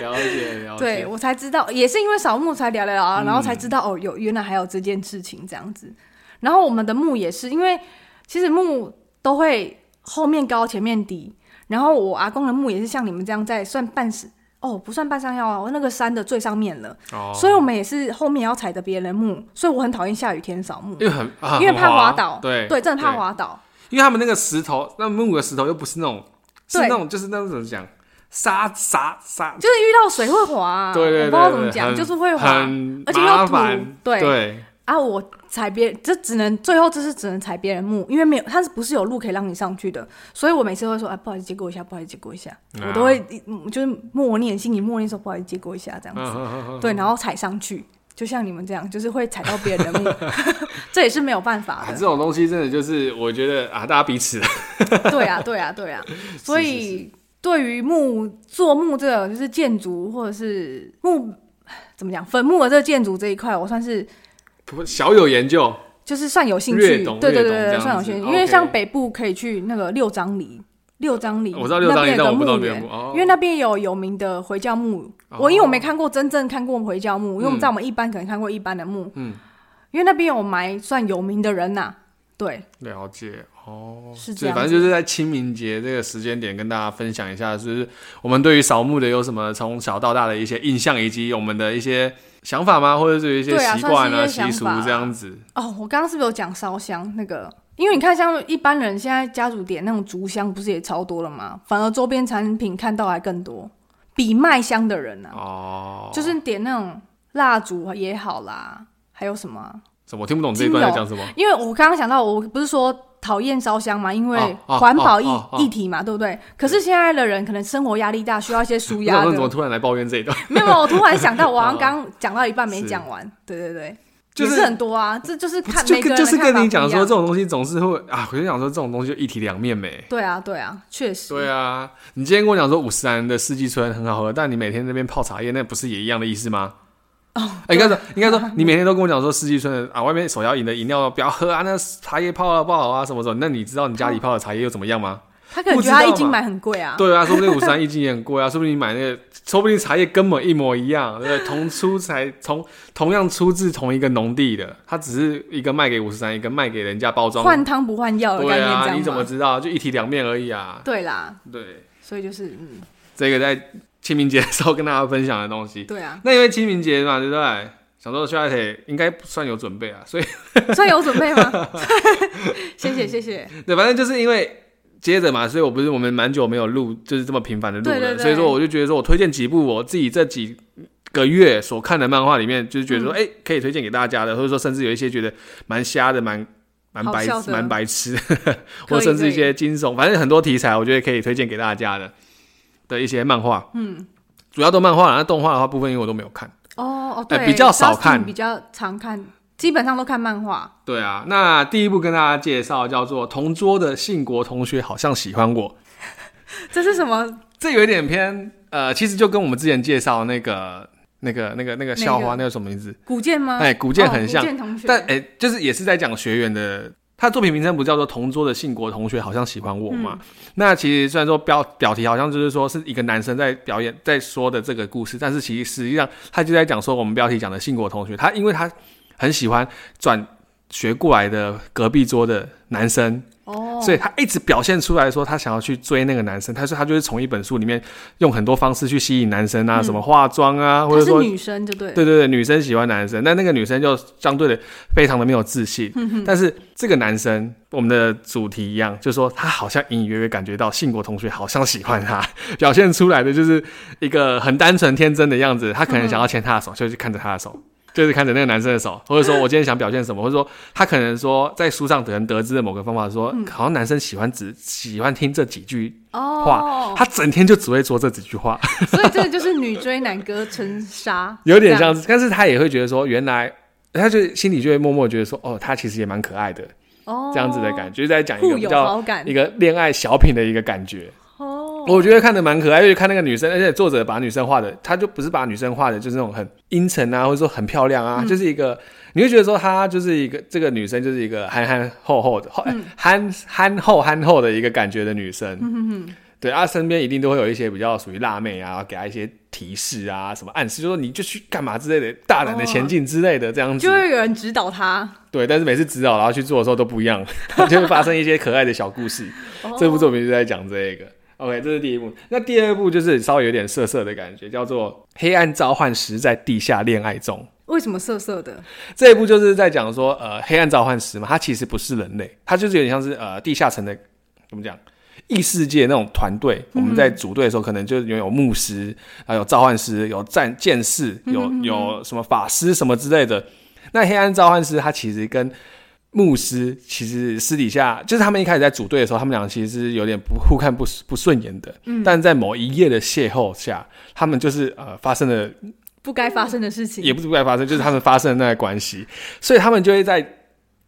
S1: 了解了解。嗯
S2: 对，我才知道，也是因为扫墓才聊聊聊啊，然后才知道、哦，有原来还有这件事情这样子。然后我们的墓也是，因为其实墓都会后面高前面低，然后我阿公的墓也是像你们这样在算半山哦，不算半山腰啊，我那个山的最上面了，
S1: 哦，
S2: 所以我们也是后面要踩着别人的墓，所以我很讨厌下雨天扫墓，
S1: 因为很、啊、
S2: 因为
S1: 很
S2: 怕滑倒，
S1: 对
S2: 对，真的怕，滑倒。
S1: 因为他们那个石头，那木的石头又不是那种，是
S2: 对
S1: 那种就是那种怎么讲，沙沙沙，
S2: 就是遇到水会滑、啊，
S1: 对对对
S2: 我不知道怎么
S1: 对
S2: 讲，
S1: 很
S2: 就是会滑
S1: 很
S2: 而且又
S1: 麻
S2: 土
S1: 烦，
S2: 对
S1: 对
S2: 啊！我踩别人，这只能最后这是只能踩别人墓，因为没有它是不是有路可以让你上去的，所以我每次都会说，哎，不好意思，借过一下，不好意思，借过一下，
S1: 啊
S2: 我都会嗯就是默念，心里默念说不好意思，借过一下这样子，
S1: 嗯嗯嗯
S2: 对，然后踩上去，就像你们这样，就是会踩到别人 的墓，这也是没有办法
S1: 啊，
S2: 的
S1: 这。种东西真的就是我觉得啊，大家彼此
S2: 对啊，对啊，对啊。所以对于木做木这个，就是建筑或者是木怎么讲坟墓的这个建筑这一块，我算是
S1: 小有研究，
S2: 就是算有兴
S1: 略
S2: 趣，
S1: 懂
S2: 对对
S1: 略
S2: 对
S1: 懂这
S2: 对，
S1: 样
S2: 算有
S1: 子
S2: 兴趣。
S1: OK
S2: 因为像北部可以去那个六张犁，六张犁，
S1: 我知道六张犁
S2: 那边有
S1: 但我不知道
S2: 个墓园
S1: 别的墓哦
S2: 因为那边有有名的回教墓。我因为我没看过真正看过回教墓，因为我们在我们一般可能看过一般的墓，
S1: 嗯，
S2: 因为那边有埋算有名的人呐、对，
S1: 了解哦，
S2: 是这
S1: 对，
S2: 样
S1: 反正就是在清明节这个时间点跟大家分享一下，就是我们对于扫墓的有什么从小到大的一些印象，以及我们的一些想法吗？或者是一些
S2: 对啊
S1: 习惯
S2: 算是一些
S1: 习俗
S2: 想法
S1: 这样子。
S2: 哦，我刚刚是不是有讲烧香那个？因为你看，像一般人现在家族点那种竹香，不是也超多了吗？反而周边产品看到还更多，比卖香的人啊，
S1: 哦，
S2: 就是点那种蜡烛也好啦，还有什么啊、
S1: 怎么我听不懂这一段在讲什么？
S2: 因为我刚刚想到，我不是说讨厌烧香嘛，因为
S1: 哦哦
S2: 环保
S1: 哦
S2: 议
S1: 哦哦
S2: 议题嘛，对不对？可是现在的人可能生活压力大，需要一些舒
S1: 我
S2: 压
S1: 想
S2: 的
S1: 说。 怎么突然来抱怨这一段？
S2: 没有，没有我突然想到，我好像刚讲到一半没讲完。对对对，
S1: 就是
S2: 也是很多啊，这就是 看
S1: 就
S2: 每个人
S1: 就
S2: 的
S1: 是
S2: 看
S1: 跟
S2: 法
S1: 你
S2: 不
S1: 讲
S2: 一
S1: 说
S2: 样
S1: 这种东西总是会啊，我就想说这种东西就一体两面没。
S2: 对啊，对啊，确实。
S1: 对啊，你今天跟我讲说五十岚的四季春很好喝，但你每天那边泡茶叶，那不是也一样的意思吗？哦，应该说，应该 说，你每天都跟我讲说四季春的啊，外面手摇饮的饮料不要喝啊，那茶叶泡的不好啊，什么什么，那你知道你家里泡的茶叶又怎么样吗？
S2: 他可能觉得他一斤买很贵啊。
S1: 对啊，说不定五十岚一斤也很贵啊，说不定你买那个，说不定茶叶根本一模一样，对不对，同出材同同样出自同一个农地的，它只是一个卖给五十岚，一个卖给人家包装，
S2: 换汤不换药的
S1: 对
S2: 概念，这
S1: 啊，
S2: 样
S1: 你怎么
S2: 吗
S1: 知道？就一体两面而已啊，
S2: 对啦，
S1: 对。
S2: 所以就是嗯，
S1: 这个在清明节的时候跟大家分享的东西。，
S2: 对啊
S1: 那因为清明节嘛，对不对？想说去艾特应该不算有准备啊，所以
S2: 算有准备吗？ 谢谢谢谢，
S1: 对，反正就是因为接着嘛，所以我不是我们蛮久没有录，就是这么频繁的录了，
S2: 对对对
S1: 所以说我就觉得说我推荐几部我自己这几个月所看的漫画里面，就是觉得
S2: 嗯
S1: 说哎、诶可以推荐给大家的，或者说甚至有一些觉得蛮瞎的、蛮蛮白
S2: 好笑的
S1: 蛮白痴，
S2: 可
S1: 或
S2: 以
S1: 甚至一
S2: 可以
S1: 些惊悚，反正很多题材我觉得可以推荐给大家的的一些漫画，嗯，主要都漫画啦，那动画的话部分因为我都没有看。
S2: 哦哦，
S1: 哎
S2: 对，
S1: 比较少看
S2: Justin 比较常看，基本上都看漫画。
S1: 对啊，那第一部跟大家介绍叫做《同桌的信国同学好像喜欢我》，
S2: 这是什么？
S1: 这有一点偏呃，其实就跟我们之前介绍那个、那个、那个、那个校花那个什么名字，
S2: 古剑吗？
S1: 哎古剑很像
S2: 哦古剑同学。
S1: 但哎、就是也是在讲学员的。他的作品名称不叫做《同桌的信国同学好像喜欢我》
S2: 嗯
S1: 嘛？那其实虽然说标标题好像就是说是一个男生在表演在说的这个故事，但是其实实际上他就在讲说我们标题讲的信国同学，他因为他很喜欢转学过来的隔壁桌的男生，
S2: 哦，
S1: 所以他一直表现出来说他想要去追那个男生，他说他就是从一本书里面用很多方式去吸引男生啊，
S2: 嗯
S1: 什么化妆啊，或
S2: 她
S1: 者
S2: 是
S1: 说
S2: 女生，就对。
S1: 对对对，女生喜欢男生，那那个女生就相对的非常的没有自信。但是这个男生，我们的主题一样，就是说他好像隐隐约约感觉到信国同学好像喜欢他， 表现出来的就是一个很单纯天真的样子。他可能想要牵她的手，就去看着她的手。就是看着那个男生的手，或者说我今天想表现什么，或者说他可能说在书上可能得知的某个方法说，好像男生喜欢只喜欢听这几句话，
S2: 哦，
S1: 他整天就只会说这几句话。，
S2: 所以这个就是女追男隔层纱
S1: 有点
S2: 这样
S1: 像是，但是他也会觉得说，原来他就心里就会默默觉得说，哦，他其实也蛮可爱的，
S2: 哦
S1: 这样子的感觉，就是在讲一个
S2: 互
S1: 比
S2: 有
S1: 较
S2: 好感
S1: 一个恋爱小品的一个感觉。
S2: 哦。
S1: 我觉得看的蛮可爱，因为看那个女生，而且作者把女生画的，他就不是把女生画的，就是那种很阴沉啊，或者说很漂亮
S2: 嗯
S1: 啊，就是一个，你会觉得说她就是一个这个女生
S2: 嗯
S1: 就是一个憨憨厚厚的，厚憨憨厚憨厚的一个感觉的女生。对啊，身边一定都会有一些比较属于辣妹啊，给她一些提示啊，什么暗示，就说你就去干嘛之类的，大胆
S2: 哦
S1: 的前进之类的这样子。
S2: 就会有人指导他。
S1: 对，但是每次指导然后去做的时候都不一样， 它就会发生一些可爱的小故事。
S2: 哦
S1: 这部作品就在讲这个。OK，这是第一部。那第二部就是稍微有点涩涩的感觉，叫做《黑暗召唤师在地下恋爱中》。
S2: 为什么色色的？
S1: 这一部就是在讲说，呃，黑暗召唤师嘛，它其实不是人类，它就是有点像是呃地下城的怎么讲异世界那种团队。我们在组队的时候，可能就是有有牧师，还有召唤师，有战剑士，有有什么法师什么之类的。那黑暗召唤师他其实跟牧师其实私底下就是他们一开始在组队的时候，他们俩其实是有点不互看不不顺眼的。嗯，但在某一夜的邂逅下，他们就是呃发生了
S2: 不该发生的事 情。
S1: 也不是不该发生，就是他们发生的那个关系，所以他们就会在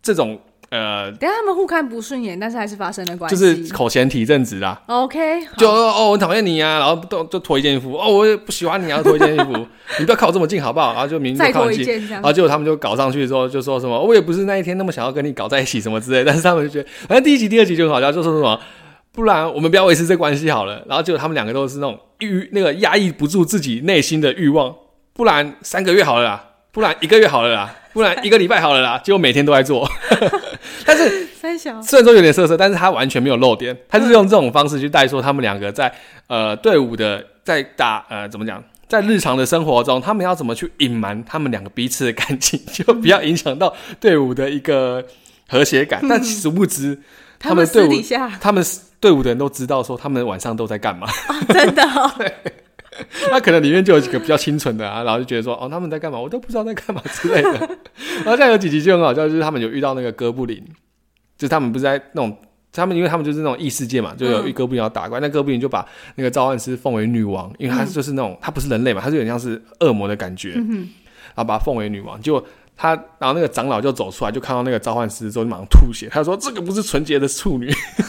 S1: 这种呃，
S2: 等一下他们互看不顺眼，但是还是发生了关
S1: 就
S2: 系。
S1: 是口嫌体正直啦，
S2: OK，好
S1: 就说哦我讨厌你啊，然后都就脱一件衣服，哦我也不喜欢你啊，脱一件衣 服，你不要靠我这么近好不好？然后就明明
S2: 再
S1: 就靠
S2: 脱
S1: 很
S2: 一
S1: 近，啊
S2: 件这
S1: 然。
S2: 样
S1: 后结果他们就搞上去之后，就说什么哦我也不是那一天那么想要跟你搞在一起什么之类的，但是他们就觉得，反正第一集、第二集就很好笑，就说什么不然我们不要维持这关系好了。然后结果他们两个都是那种欲那个压抑不住自己内心的欲望，不然三个月好了啦，不然一个月好了啦，不然一个礼拜好了啦，结果每天都在做。但是
S2: 三小，
S1: 虽然说有点色色，但是他完全没有露点，他就是用这种方式去带说他们两个在呃队伍的在打呃怎么讲，在日常的生活中，他们要怎么去隐瞒他们两个彼此的感情， 就不要影响到队伍的一个和谐感。但殊不知，他
S2: 们
S1: 们队
S2: 私
S1: 伍
S2: 底下
S1: 他们队伍的人都知道说他们晚上都在干嘛，
S2: 真的哦、
S1: 那可能里面就有几个比较清纯的啊，然后就觉得说哦他们在干嘛，我都不知道在干嘛之类的。 然后再有几集就很好笑，就是他们有遇到那个哥布林，就是他们不是在那种。他们因为他们就是那种异世界嘛，就有一哥布林要打怪，那哥布林就把那个召唤师奉为女王，因为她就是那种她不是人类嘛，她就有点像是恶魔的感觉，然后把她奉为女王。结果她，然后那个长老就走出来，就看到那个召唤师之后，就马上吐血，他说这个不是纯洁的处女。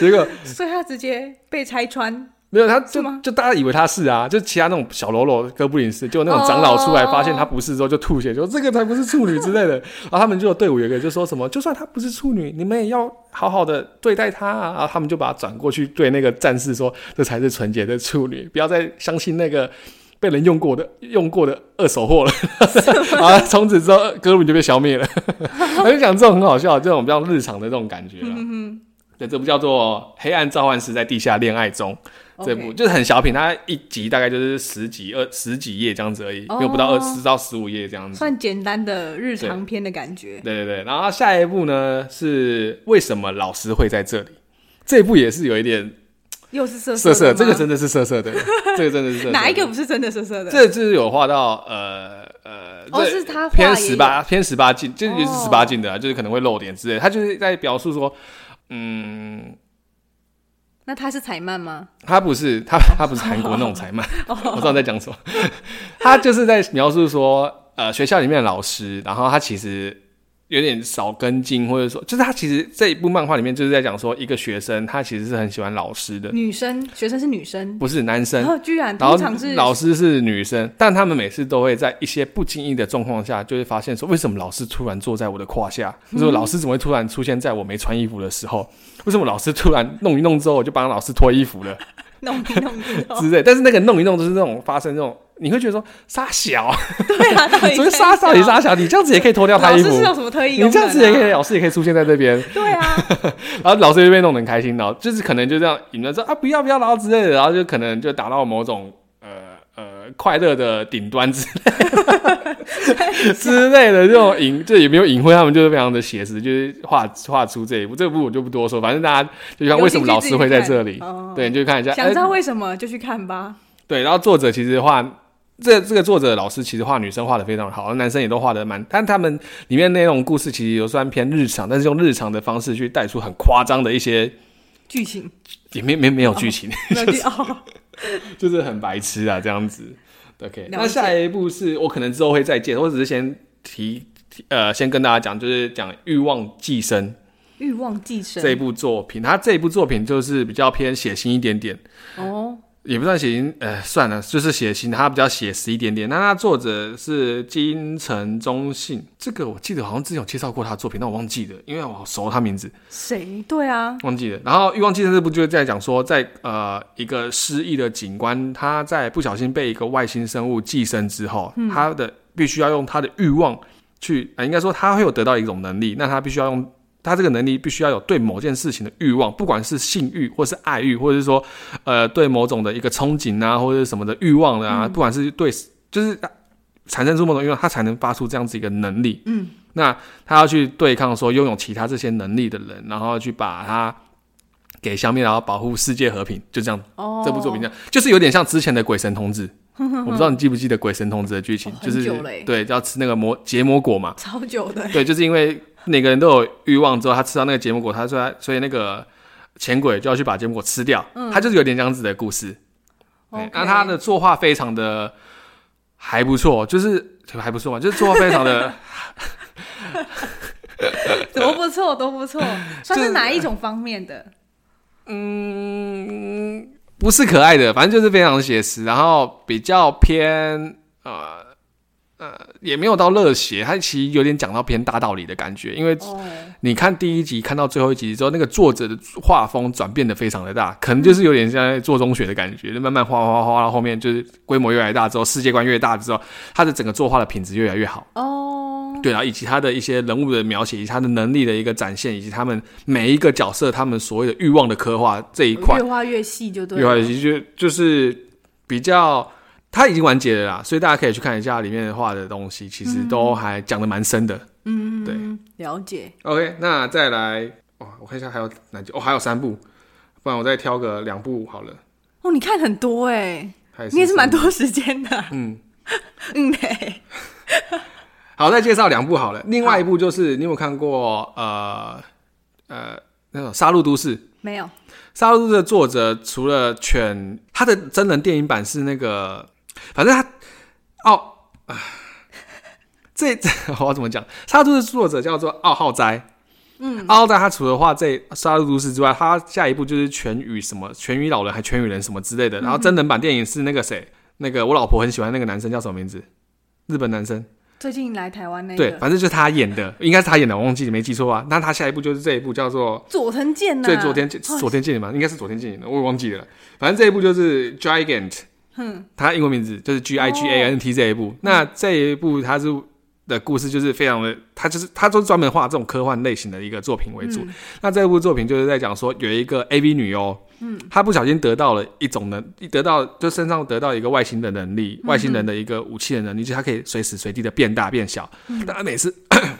S1: 结果
S2: 所以他直接被拆穿。
S1: 没有，他就是
S2: 吗
S1: 就大家以为他是啊，就其他那种小喽啰哥布林斯，就那种长老出来发现他不是之后就吐血，就说这个才不是处女之类的。 然后他们就有队伍有一个就说什么，就算他不是处女，你们也要好好的对待他啊。然后他们就把他转过去对那个战士说，这才是纯洁的处女，不要再相信那个被人用过的用过的二手货了。 啊，从此之后哥布林就被消灭了。 我就讲这种很好笑，这种比较日常的这种感觉啦。啊对，这部叫做《黑暗召唤师在地下恋爱中》。 这部
S2: OK
S1: 就是很小品，它一集大概就是十几二十几页这样子而已，
S2: 哦
S1: 没有不到二十到十五页这样子。
S2: 算简单的日常篇的感觉。
S1: 对对对，然后下一部呢是为什么老师会在这里？这一部也是有一点
S2: 又是色
S1: 色色，
S2: 色的吗
S1: 这个真的是色色的， 这个真的是色色的
S2: 哪一个？不是真的色色的？
S1: 这就是有画到呃呃，
S2: 哦
S1: 这
S2: 是他画
S1: 偏
S2: 也有
S1: 十八偏十八禁，就是也是
S2: 哦
S1: 十八禁的啊、就是可能会露点之类的。他就是在表述说，嗯，
S2: 那他是彩漫吗？
S1: 他不是 他他不是韩国那种裁判，
S2: 哦
S1: 我知道你在讲什么。他就是在描述说，呃，学校里面的老师，然后他其实有点少跟进，或者说，就是他其实这一部漫画里面就是在讲说，一个学生他其实是很喜欢老师的，
S2: 女生，学生是女生，
S1: 不是男生
S2: 然。后居然
S1: 然
S2: 哦通
S1: 后
S2: 常是
S1: 老师是女生，但他们每次都会在一些不经意的状况下，就会发现说，为什么老师突然坐在我的胯下？为
S2: 嗯
S1: 什么老师怎么会突然出现在我没穿衣服的时候？为什么老师突然弄一弄之后，我就帮老师脱衣服了？
S2: 弄一弄一弄，
S1: 之类。但是那个弄一弄就是那种发生那种，你会觉得说杀 小，
S2: 对啊，到底
S1: 所以
S2: 在
S1: 杀少也
S2: 笑
S1: 杀小，你这样子也可以脱掉他
S2: 老
S1: 衣
S2: 师
S1: 服，
S2: 是有什么特异
S1: 你
S2: 功能啊？
S1: 这样子也可以，老师也可以出现在这边，
S2: 对 啊，
S1: 然后老师就被弄得很开心，然后就是可能就这样引着说啊不要不要，然后之类的，然后就可能就达到某种呃呃快乐的顶端之 类之类的这种隐，这也没有隐晦，他们就是非常的写实，就是画画出这一部，这部我就不多说，反正大家就像为什么老师会在这里
S2: 有兴趣自己去看哦，
S1: 对，你就看一下，
S2: 想
S1: 哎
S2: 知道为什么就去看吧。
S1: 对，然后作者其实画这这个作者老师其实画女生画的非常好，男生也都画的蛮，但他们里面那种故事其实有算偏日常，但是用日常的方式去带出很夸张的一些，
S2: 剧情
S1: 也没没没有剧情，
S2: 没有剧 哦，
S1: 就是很白痴啊这样子。OK，
S2: 了解
S1: 那下一步是我可能之后会再介绍，我只是先提提呃先跟大家讲，就是讲《欲望寄生》
S2: 欲望寄生
S1: 这一部作品，它这一部作品就是比较偏血腥一点点。
S2: 哦，
S1: 也不算血腥，呃，算了，就是血腥，它比较写实一点点。那它作者是金城中信，这个我记得好像之前有介绍过他的作品，但我忘记了，因为我好熟他名字，
S2: 谁？对啊，
S1: 忘记了。然后《欲望寄生》这部就是在讲说，在呃一个失忆的警官，他在不小心被一个外星生物寄生之后，他的必须要用他的欲望去，呃、应该说他会有得到一种能力，那他必须要用。他这个能力必须要有对某件事情的欲望，不管是性欲，或是爱欲，或者是说，呃，对某种的一个憧憬啊，或者是什么的欲望的啊，不管是对，就是产生出某种欲望，他才能发出这样子一个能力。
S2: 嗯，
S1: 那他要去对抗说拥有其他这些能力的人，然后去把他给消灭，然后保护世界和平，就这样。
S2: 哦，嗯
S1: 这部作品这样，就是有点像之前的《鬼神童子》，我不知道你记不记得《鬼神童子》的剧情
S2: 哦，很
S1: 就是
S2: 久了耶
S1: 对要吃那个魔结魔果嘛。
S2: 超久的，
S1: 对，就是因为每个人都有欲望，之后他吃到那个节目果，他说他，所以那个钱鬼就要去把节目果吃掉。他就是有点这样子的故事。对
S2: 嗯 OK
S1: 那他的作画非常的还不错，就是还不错嘛，就是作画非常的
S2: 多不错，多 不错，算是哪一种方面的？
S1: 不是可爱的，反正就是非常写实，然后比较偏呃呃也没有到热血，他其实有点讲到偏大道理的感觉，因为
S2: 哦，
S1: 你看第一集看到最后一集之后，那个作者的画风转变的非常的大，可能就是有点像在做中学的感觉，就慢慢画画画画到后面，就是规模越来越大之后，世界观越大之后，他的整个作画的品质越来越好。
S2: 哦，
S1: 对，然后啊以及他的一些人物的描写，以及他的能力的一个展现，以及他们每一个角色他们所谓的欲望的刻画这一块
S2: 越，画越细就对
S1: 有啊，
S2: 了。
S1: 其实就就是比较，它已经完结了啦，所以大家可以去看一下里面画的东西，其实都还讲的蛮深的。
S2: 嗯，
S1: 对
S2: 嗯，了解。
S1: OK，那再来，哇，我看一下还有哪几，哦，还有三部，不然我再挑个两部好了。
S2: 哦，你看很多哎，
S1: 还有
S2: 你也是蛮
S1: 三部
S2: 多时间的啊。
S1: 嗯，
S2: 嗯嘞，
S1: 好，再介绍两部好了。另外一部就是你有没有看过呃呃那种《杀戮都市》？
S2: 没有
S1: 《杀戮都市》的作者除了犬，他的真人电影版是那个，反正他奥，唉这 我要怎么讲？《杀戮都市》的作者叫做奥浩哉。嗯，奥浩哉他除了画这《杀戮都市》之外，他下一部就是《全宇什么全宇老人》还《全宇人》什么之类的。然后真人版电影是那个谁，那个我老婆很喜欢那个男生叫什么名字？日本男生。
S2: 最近来台湾那
S1: 对，
S2: 个
S1: 反正就是他演的，应该是他演的，我忘记没记错啊。那他下一部就是这一部叫做
S2: 佐藤健呐，
S1: 对，昨天
S2: 哦
S1: 昨天见你嘛，应该是昨天见你的，我也忘记了。反正这一部就是 Gigant，嗯，它英文名字就是 G I G A N T 这一部。那这一部它是的故事就是非常的，它就是它就是专门画这种科幻类型的一个作品为主。那这部作品就是在讲说有一个 A V 女优，嗯，她不小心得到了一种能，得到就身上得到一个外星的能力，外星人的一个武器的能力，就是她可以随时随地的变大变小。但她每次，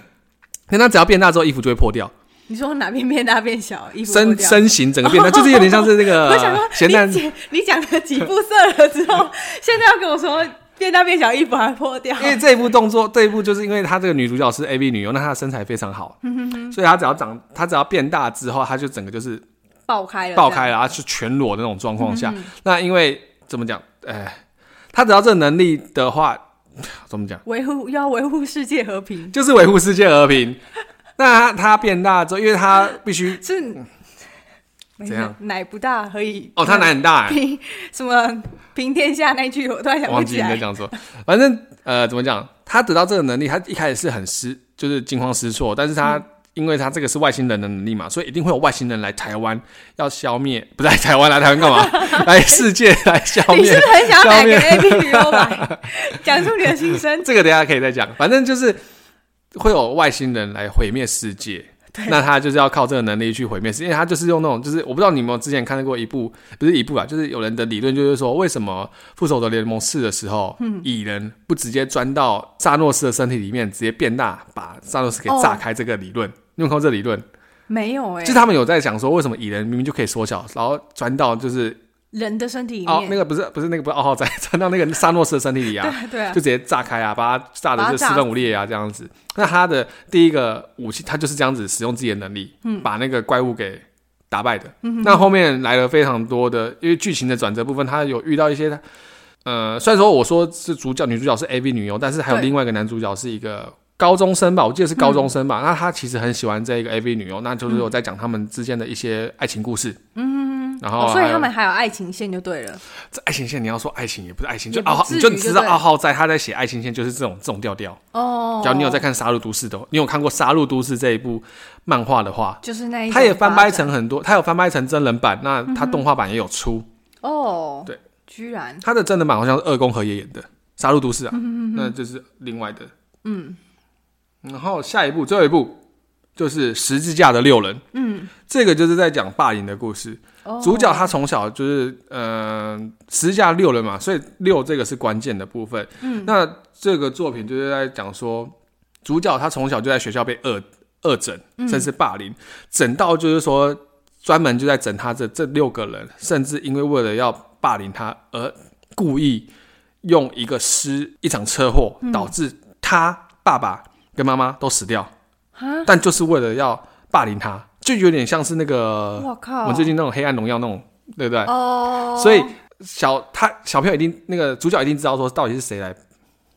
S1: 但她只要变大之后，衣服就会破掉。
S2: 你说哪边变大变小，衣服脱
S1: 身
S2: 掉。
S1: 身形整个 变大，就是有点像是那个
S2: 我想说，
S1: 咸蛋
S2: 你。讲你讲了几部色了之 后，现在要跟我说变大变小，衣服还破掉，
S1: 因为这一部动作，这一部就是因为她这个女主角是 A V 女优，那她的身材非常好，
S2: 嗯
S1: 所以她只要长，她只要变大之后，她就整个就是
S2: 爆开了，
S1: 爆开了，然后是全裸的那种状况
S2: 嗯
S1: 下，那因为怎么讲，哎，她只要这个能力的话， 怎么讲？
S2: 维护要维护世界和平，
S1: 就是维护世界和平。那她她变大之后，因为她必须
S2: 是没事
S1: 嗯怎样
S2: 奶不大可以
S1: 哦，她奶很大、哎
S2: 平什么平天下那句，我突然想不
S1: 忘记你
S2: 起
S1: 在
S2: 来。
S1: 讲什么。反正呃，怎么讲？他得到这个能力，他一开始是很失，就是惊慌失措。但是他、因为他这个是外星人的能力嘛，所以一定会有外星人来台湾要消灭，不是来台湾来台湾干嘛？来世界来消
S2: 你是
S1: 灭
S2: 不。是很想要买个
S1: 消
S2: A P 女优买？讲出你的心 声。
S1: 这个等一下可以再讲。反正就是会有外星人来毁灭世界。那他就是要靠这个能力去毁灭世界，因为他就是用那种，就是我不知道你有没有之前看过一部，不是一部啊，就是有人的理论就是说，为什么复仇者联盟四的时候，
S2: 嗯
S1: 蚁人不直接钻到萨诺斯的身体里面，直接变大，把萨诺斯给炸开？这个理
S2: 嗯
S1: 论，你有没有看过这个理论？
S2: 没有哎、
S1: 就是 他们有在讲说，为什么蚁人明明就可以缩小，然后钻到就是
S2: 人的身体里
S1: 哦，那
S2: 面，
S1: 个不是不是那个不是奥浩在 钻到那个萨诺斯的身体里啊，
S2: 对对啊
S1: 就，直接炸开啊，把它炸的
S2: 把它
S1: 就
S2: 炸
S1: 四分五裂啊，这样子。那他的第一个武器，他就是这样子使用自己的能力，
S2: 嗯
S1: 把那个怪物给打败的。那后面来了非常多的，因为剧情的转折部分，他有遇到一些，呃，虽然说我说是主角女主角是 AV 女优，但是还有
S2: 对
S1: 另外一个男主角是一个。高中生吧，我记得是高中生吧。那他其实很喜欢这一个 AV 女优，那就是我在讲他们之间的一些爱情故事。嗯，然后
S2: 哦，所以
S1: 还有
S2: 他们还有爱情线就对了。
S1: 这爱情线你要说爱情也不是爱情，就
S2: 也不
S1: 二号
S2: 至
S1: 你
S2: 于
S1: 就知道
S2: 对不对
S1: 二号在他在写爱情线就是这种这种调调。
S2: 哦，
S1: 只要你有在看《杀戮都市》的，你有看过《杀戮都市》这一部漫画的话，
S2: 就是那一种
S1: 它也翻拍
S2: 哎发展
S1: 成很多，它有翻拍成真人版，那它动画版也有出。
S2: 哦，
S1: 对，
S2: 居然
S1: 它的真人版好像是二宫和也演的《杀戮都市》啊，
S2: 嗯
S1: 那就是另外的。嗯，然后下一部最后一部就是《十字架的六人》。嗯，这个就是在讲霸凌的故事。
S2: 哦
S1: 主角他从小就是呃十字架六人嘛，所以六这个是关键的部分。嗯，那这个作品就是在讲说，主角他从小就在学校被恶恶整，甚至霸凌，整到就是说专门就在整他这这六个人，甚至因为为了要霸凌他而故意用一个失一场车祸导致他爸爸跟妈妈都死掉，
S2: 啊，
S1: 但就是为了要霸凌他，就有点像是那个
S2: 我靠，
S1: 我最近那种黑暗荣耀那种，对不对？
S2: 哦，
S1: 所以小他小朋友一定那个主角一定知道说到底是谁来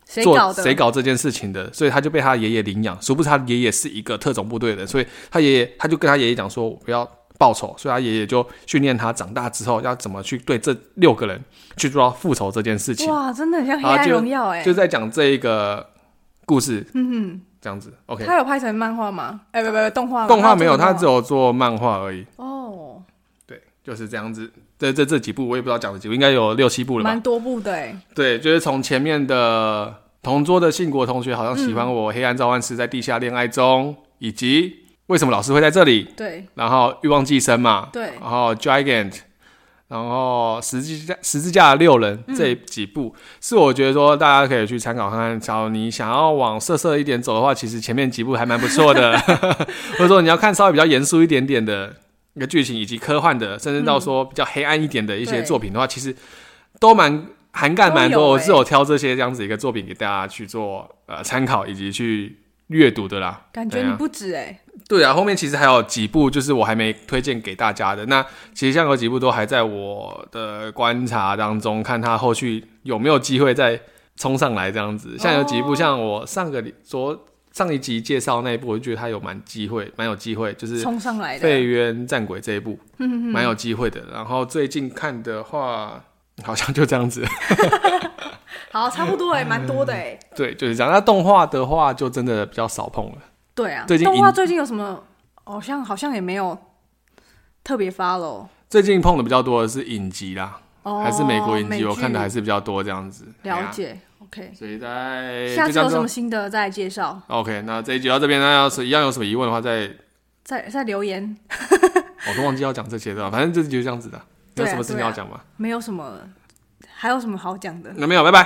S2: 谁
S1: 做
S2: 搞的？
S1: 谁搞这件事情的，所以他就被他爷爷领养。殊不知他爷爷是一个特种部队的人，所以他爷爷他就跟他爷爷讲说：“我不要报仇。”所以他爷爷就训练他长大之后要怎么去对这六个人去做到复仇这件事情，
S2: 哇，真的很像《黑
S1: 啊
S2: 暗
S1: 就
S2: 荣耀》哎
S1: 就，在讲这一个故事
S2: 嗯
S1: 这样子。
S2: 哼，
S1: OK，
S2: 他有拍成漫画吗？哎，不不不，动画吗
S1: 动画没有，他
S2: 他
S1: 只有做漫画而已。
S2: 哦，
S1: 对，就是这样子。这这这几部我也不知道讲了几部，应该有六七部了吧
S2: 蛮？多部的哎，
S1: 对，就是从前面的同桌的信国同学好像喜欢我，黑暗召唤师在地下恋爱中，以及为什么老师会在这里，
S2: 对
S1: 然后欲望寄生嘛，
S2: 对
S1: 然后 Gigant，然后十字架十字架的六人、这几部是我觉得说大家可以去参考看看。假如你想要往色色一点走的话，其实前面几部还蛮不错的， 或者说你要看稍微比较严肃一点点的一个剧情，以及科幻的，甚至到说比较黑暗一点的一些
S2: 对
S1: 作品的话，其实都蛮。涵盖蛮多，
S2: 都有欸
S1: 我是有挑这些这样子一个作品给大家去做呃参考以及去阅读的啦。
S2: 感觉
S1: 对
S2: 你
S1: 啊
S2: 不止哎，
S1: 对啊，后面其实还有几部就是我还没推荐给大家的。那其实像有几部都还在我的观察当中，看它后续有没有机会再冲上来这样子。像有几部，
S2: 哦
S1: 像我上个礼昨上一集介绍那一部，我就觉得它有蛮机会，蛮有机会，就是《
S2: 冲上来
S1: 废
S2: 的，
S1: 渊战鬼》这一部，
S2: 嗯
S1: 蛮有机会的。然后最近看的话，好像就这样子。
S2: 好，差不多哎，蛮多的哎，
S1: 对，就是这样。那动画的话，就真的比较少碰了。
S2: 对啊，
S1: 最近
S2: 动画
S1: 引
S2: 最近有什么？好像好像也没有特别 follow
S1: 最近碰的比较多的是影集啦。
S2: 哦，
S1: 还是美国影
S2: 美
S1: 集，
S2: 剧
S1: 我看的还是比较多这样子。哎
S2: 了
S1: 呀，
S2: 解。OK，
S1: 所以在
S2: 下
S1: 就
S2: 次
S1: 这样子
S2: 有什
S1: 咯
S2: 么新的再介绍，
S1: OK，那这一集到这边，那要是一样有什么疑问的话，再
S2: 再再留言。
S1: 我都忘记要讲这些的，反正这集就这样子的。你有
S2: 对啊
S1: 什么事情要讲吗？
S2: 没有什么，还有什么好讲的？
S1: 那没有，拜拜。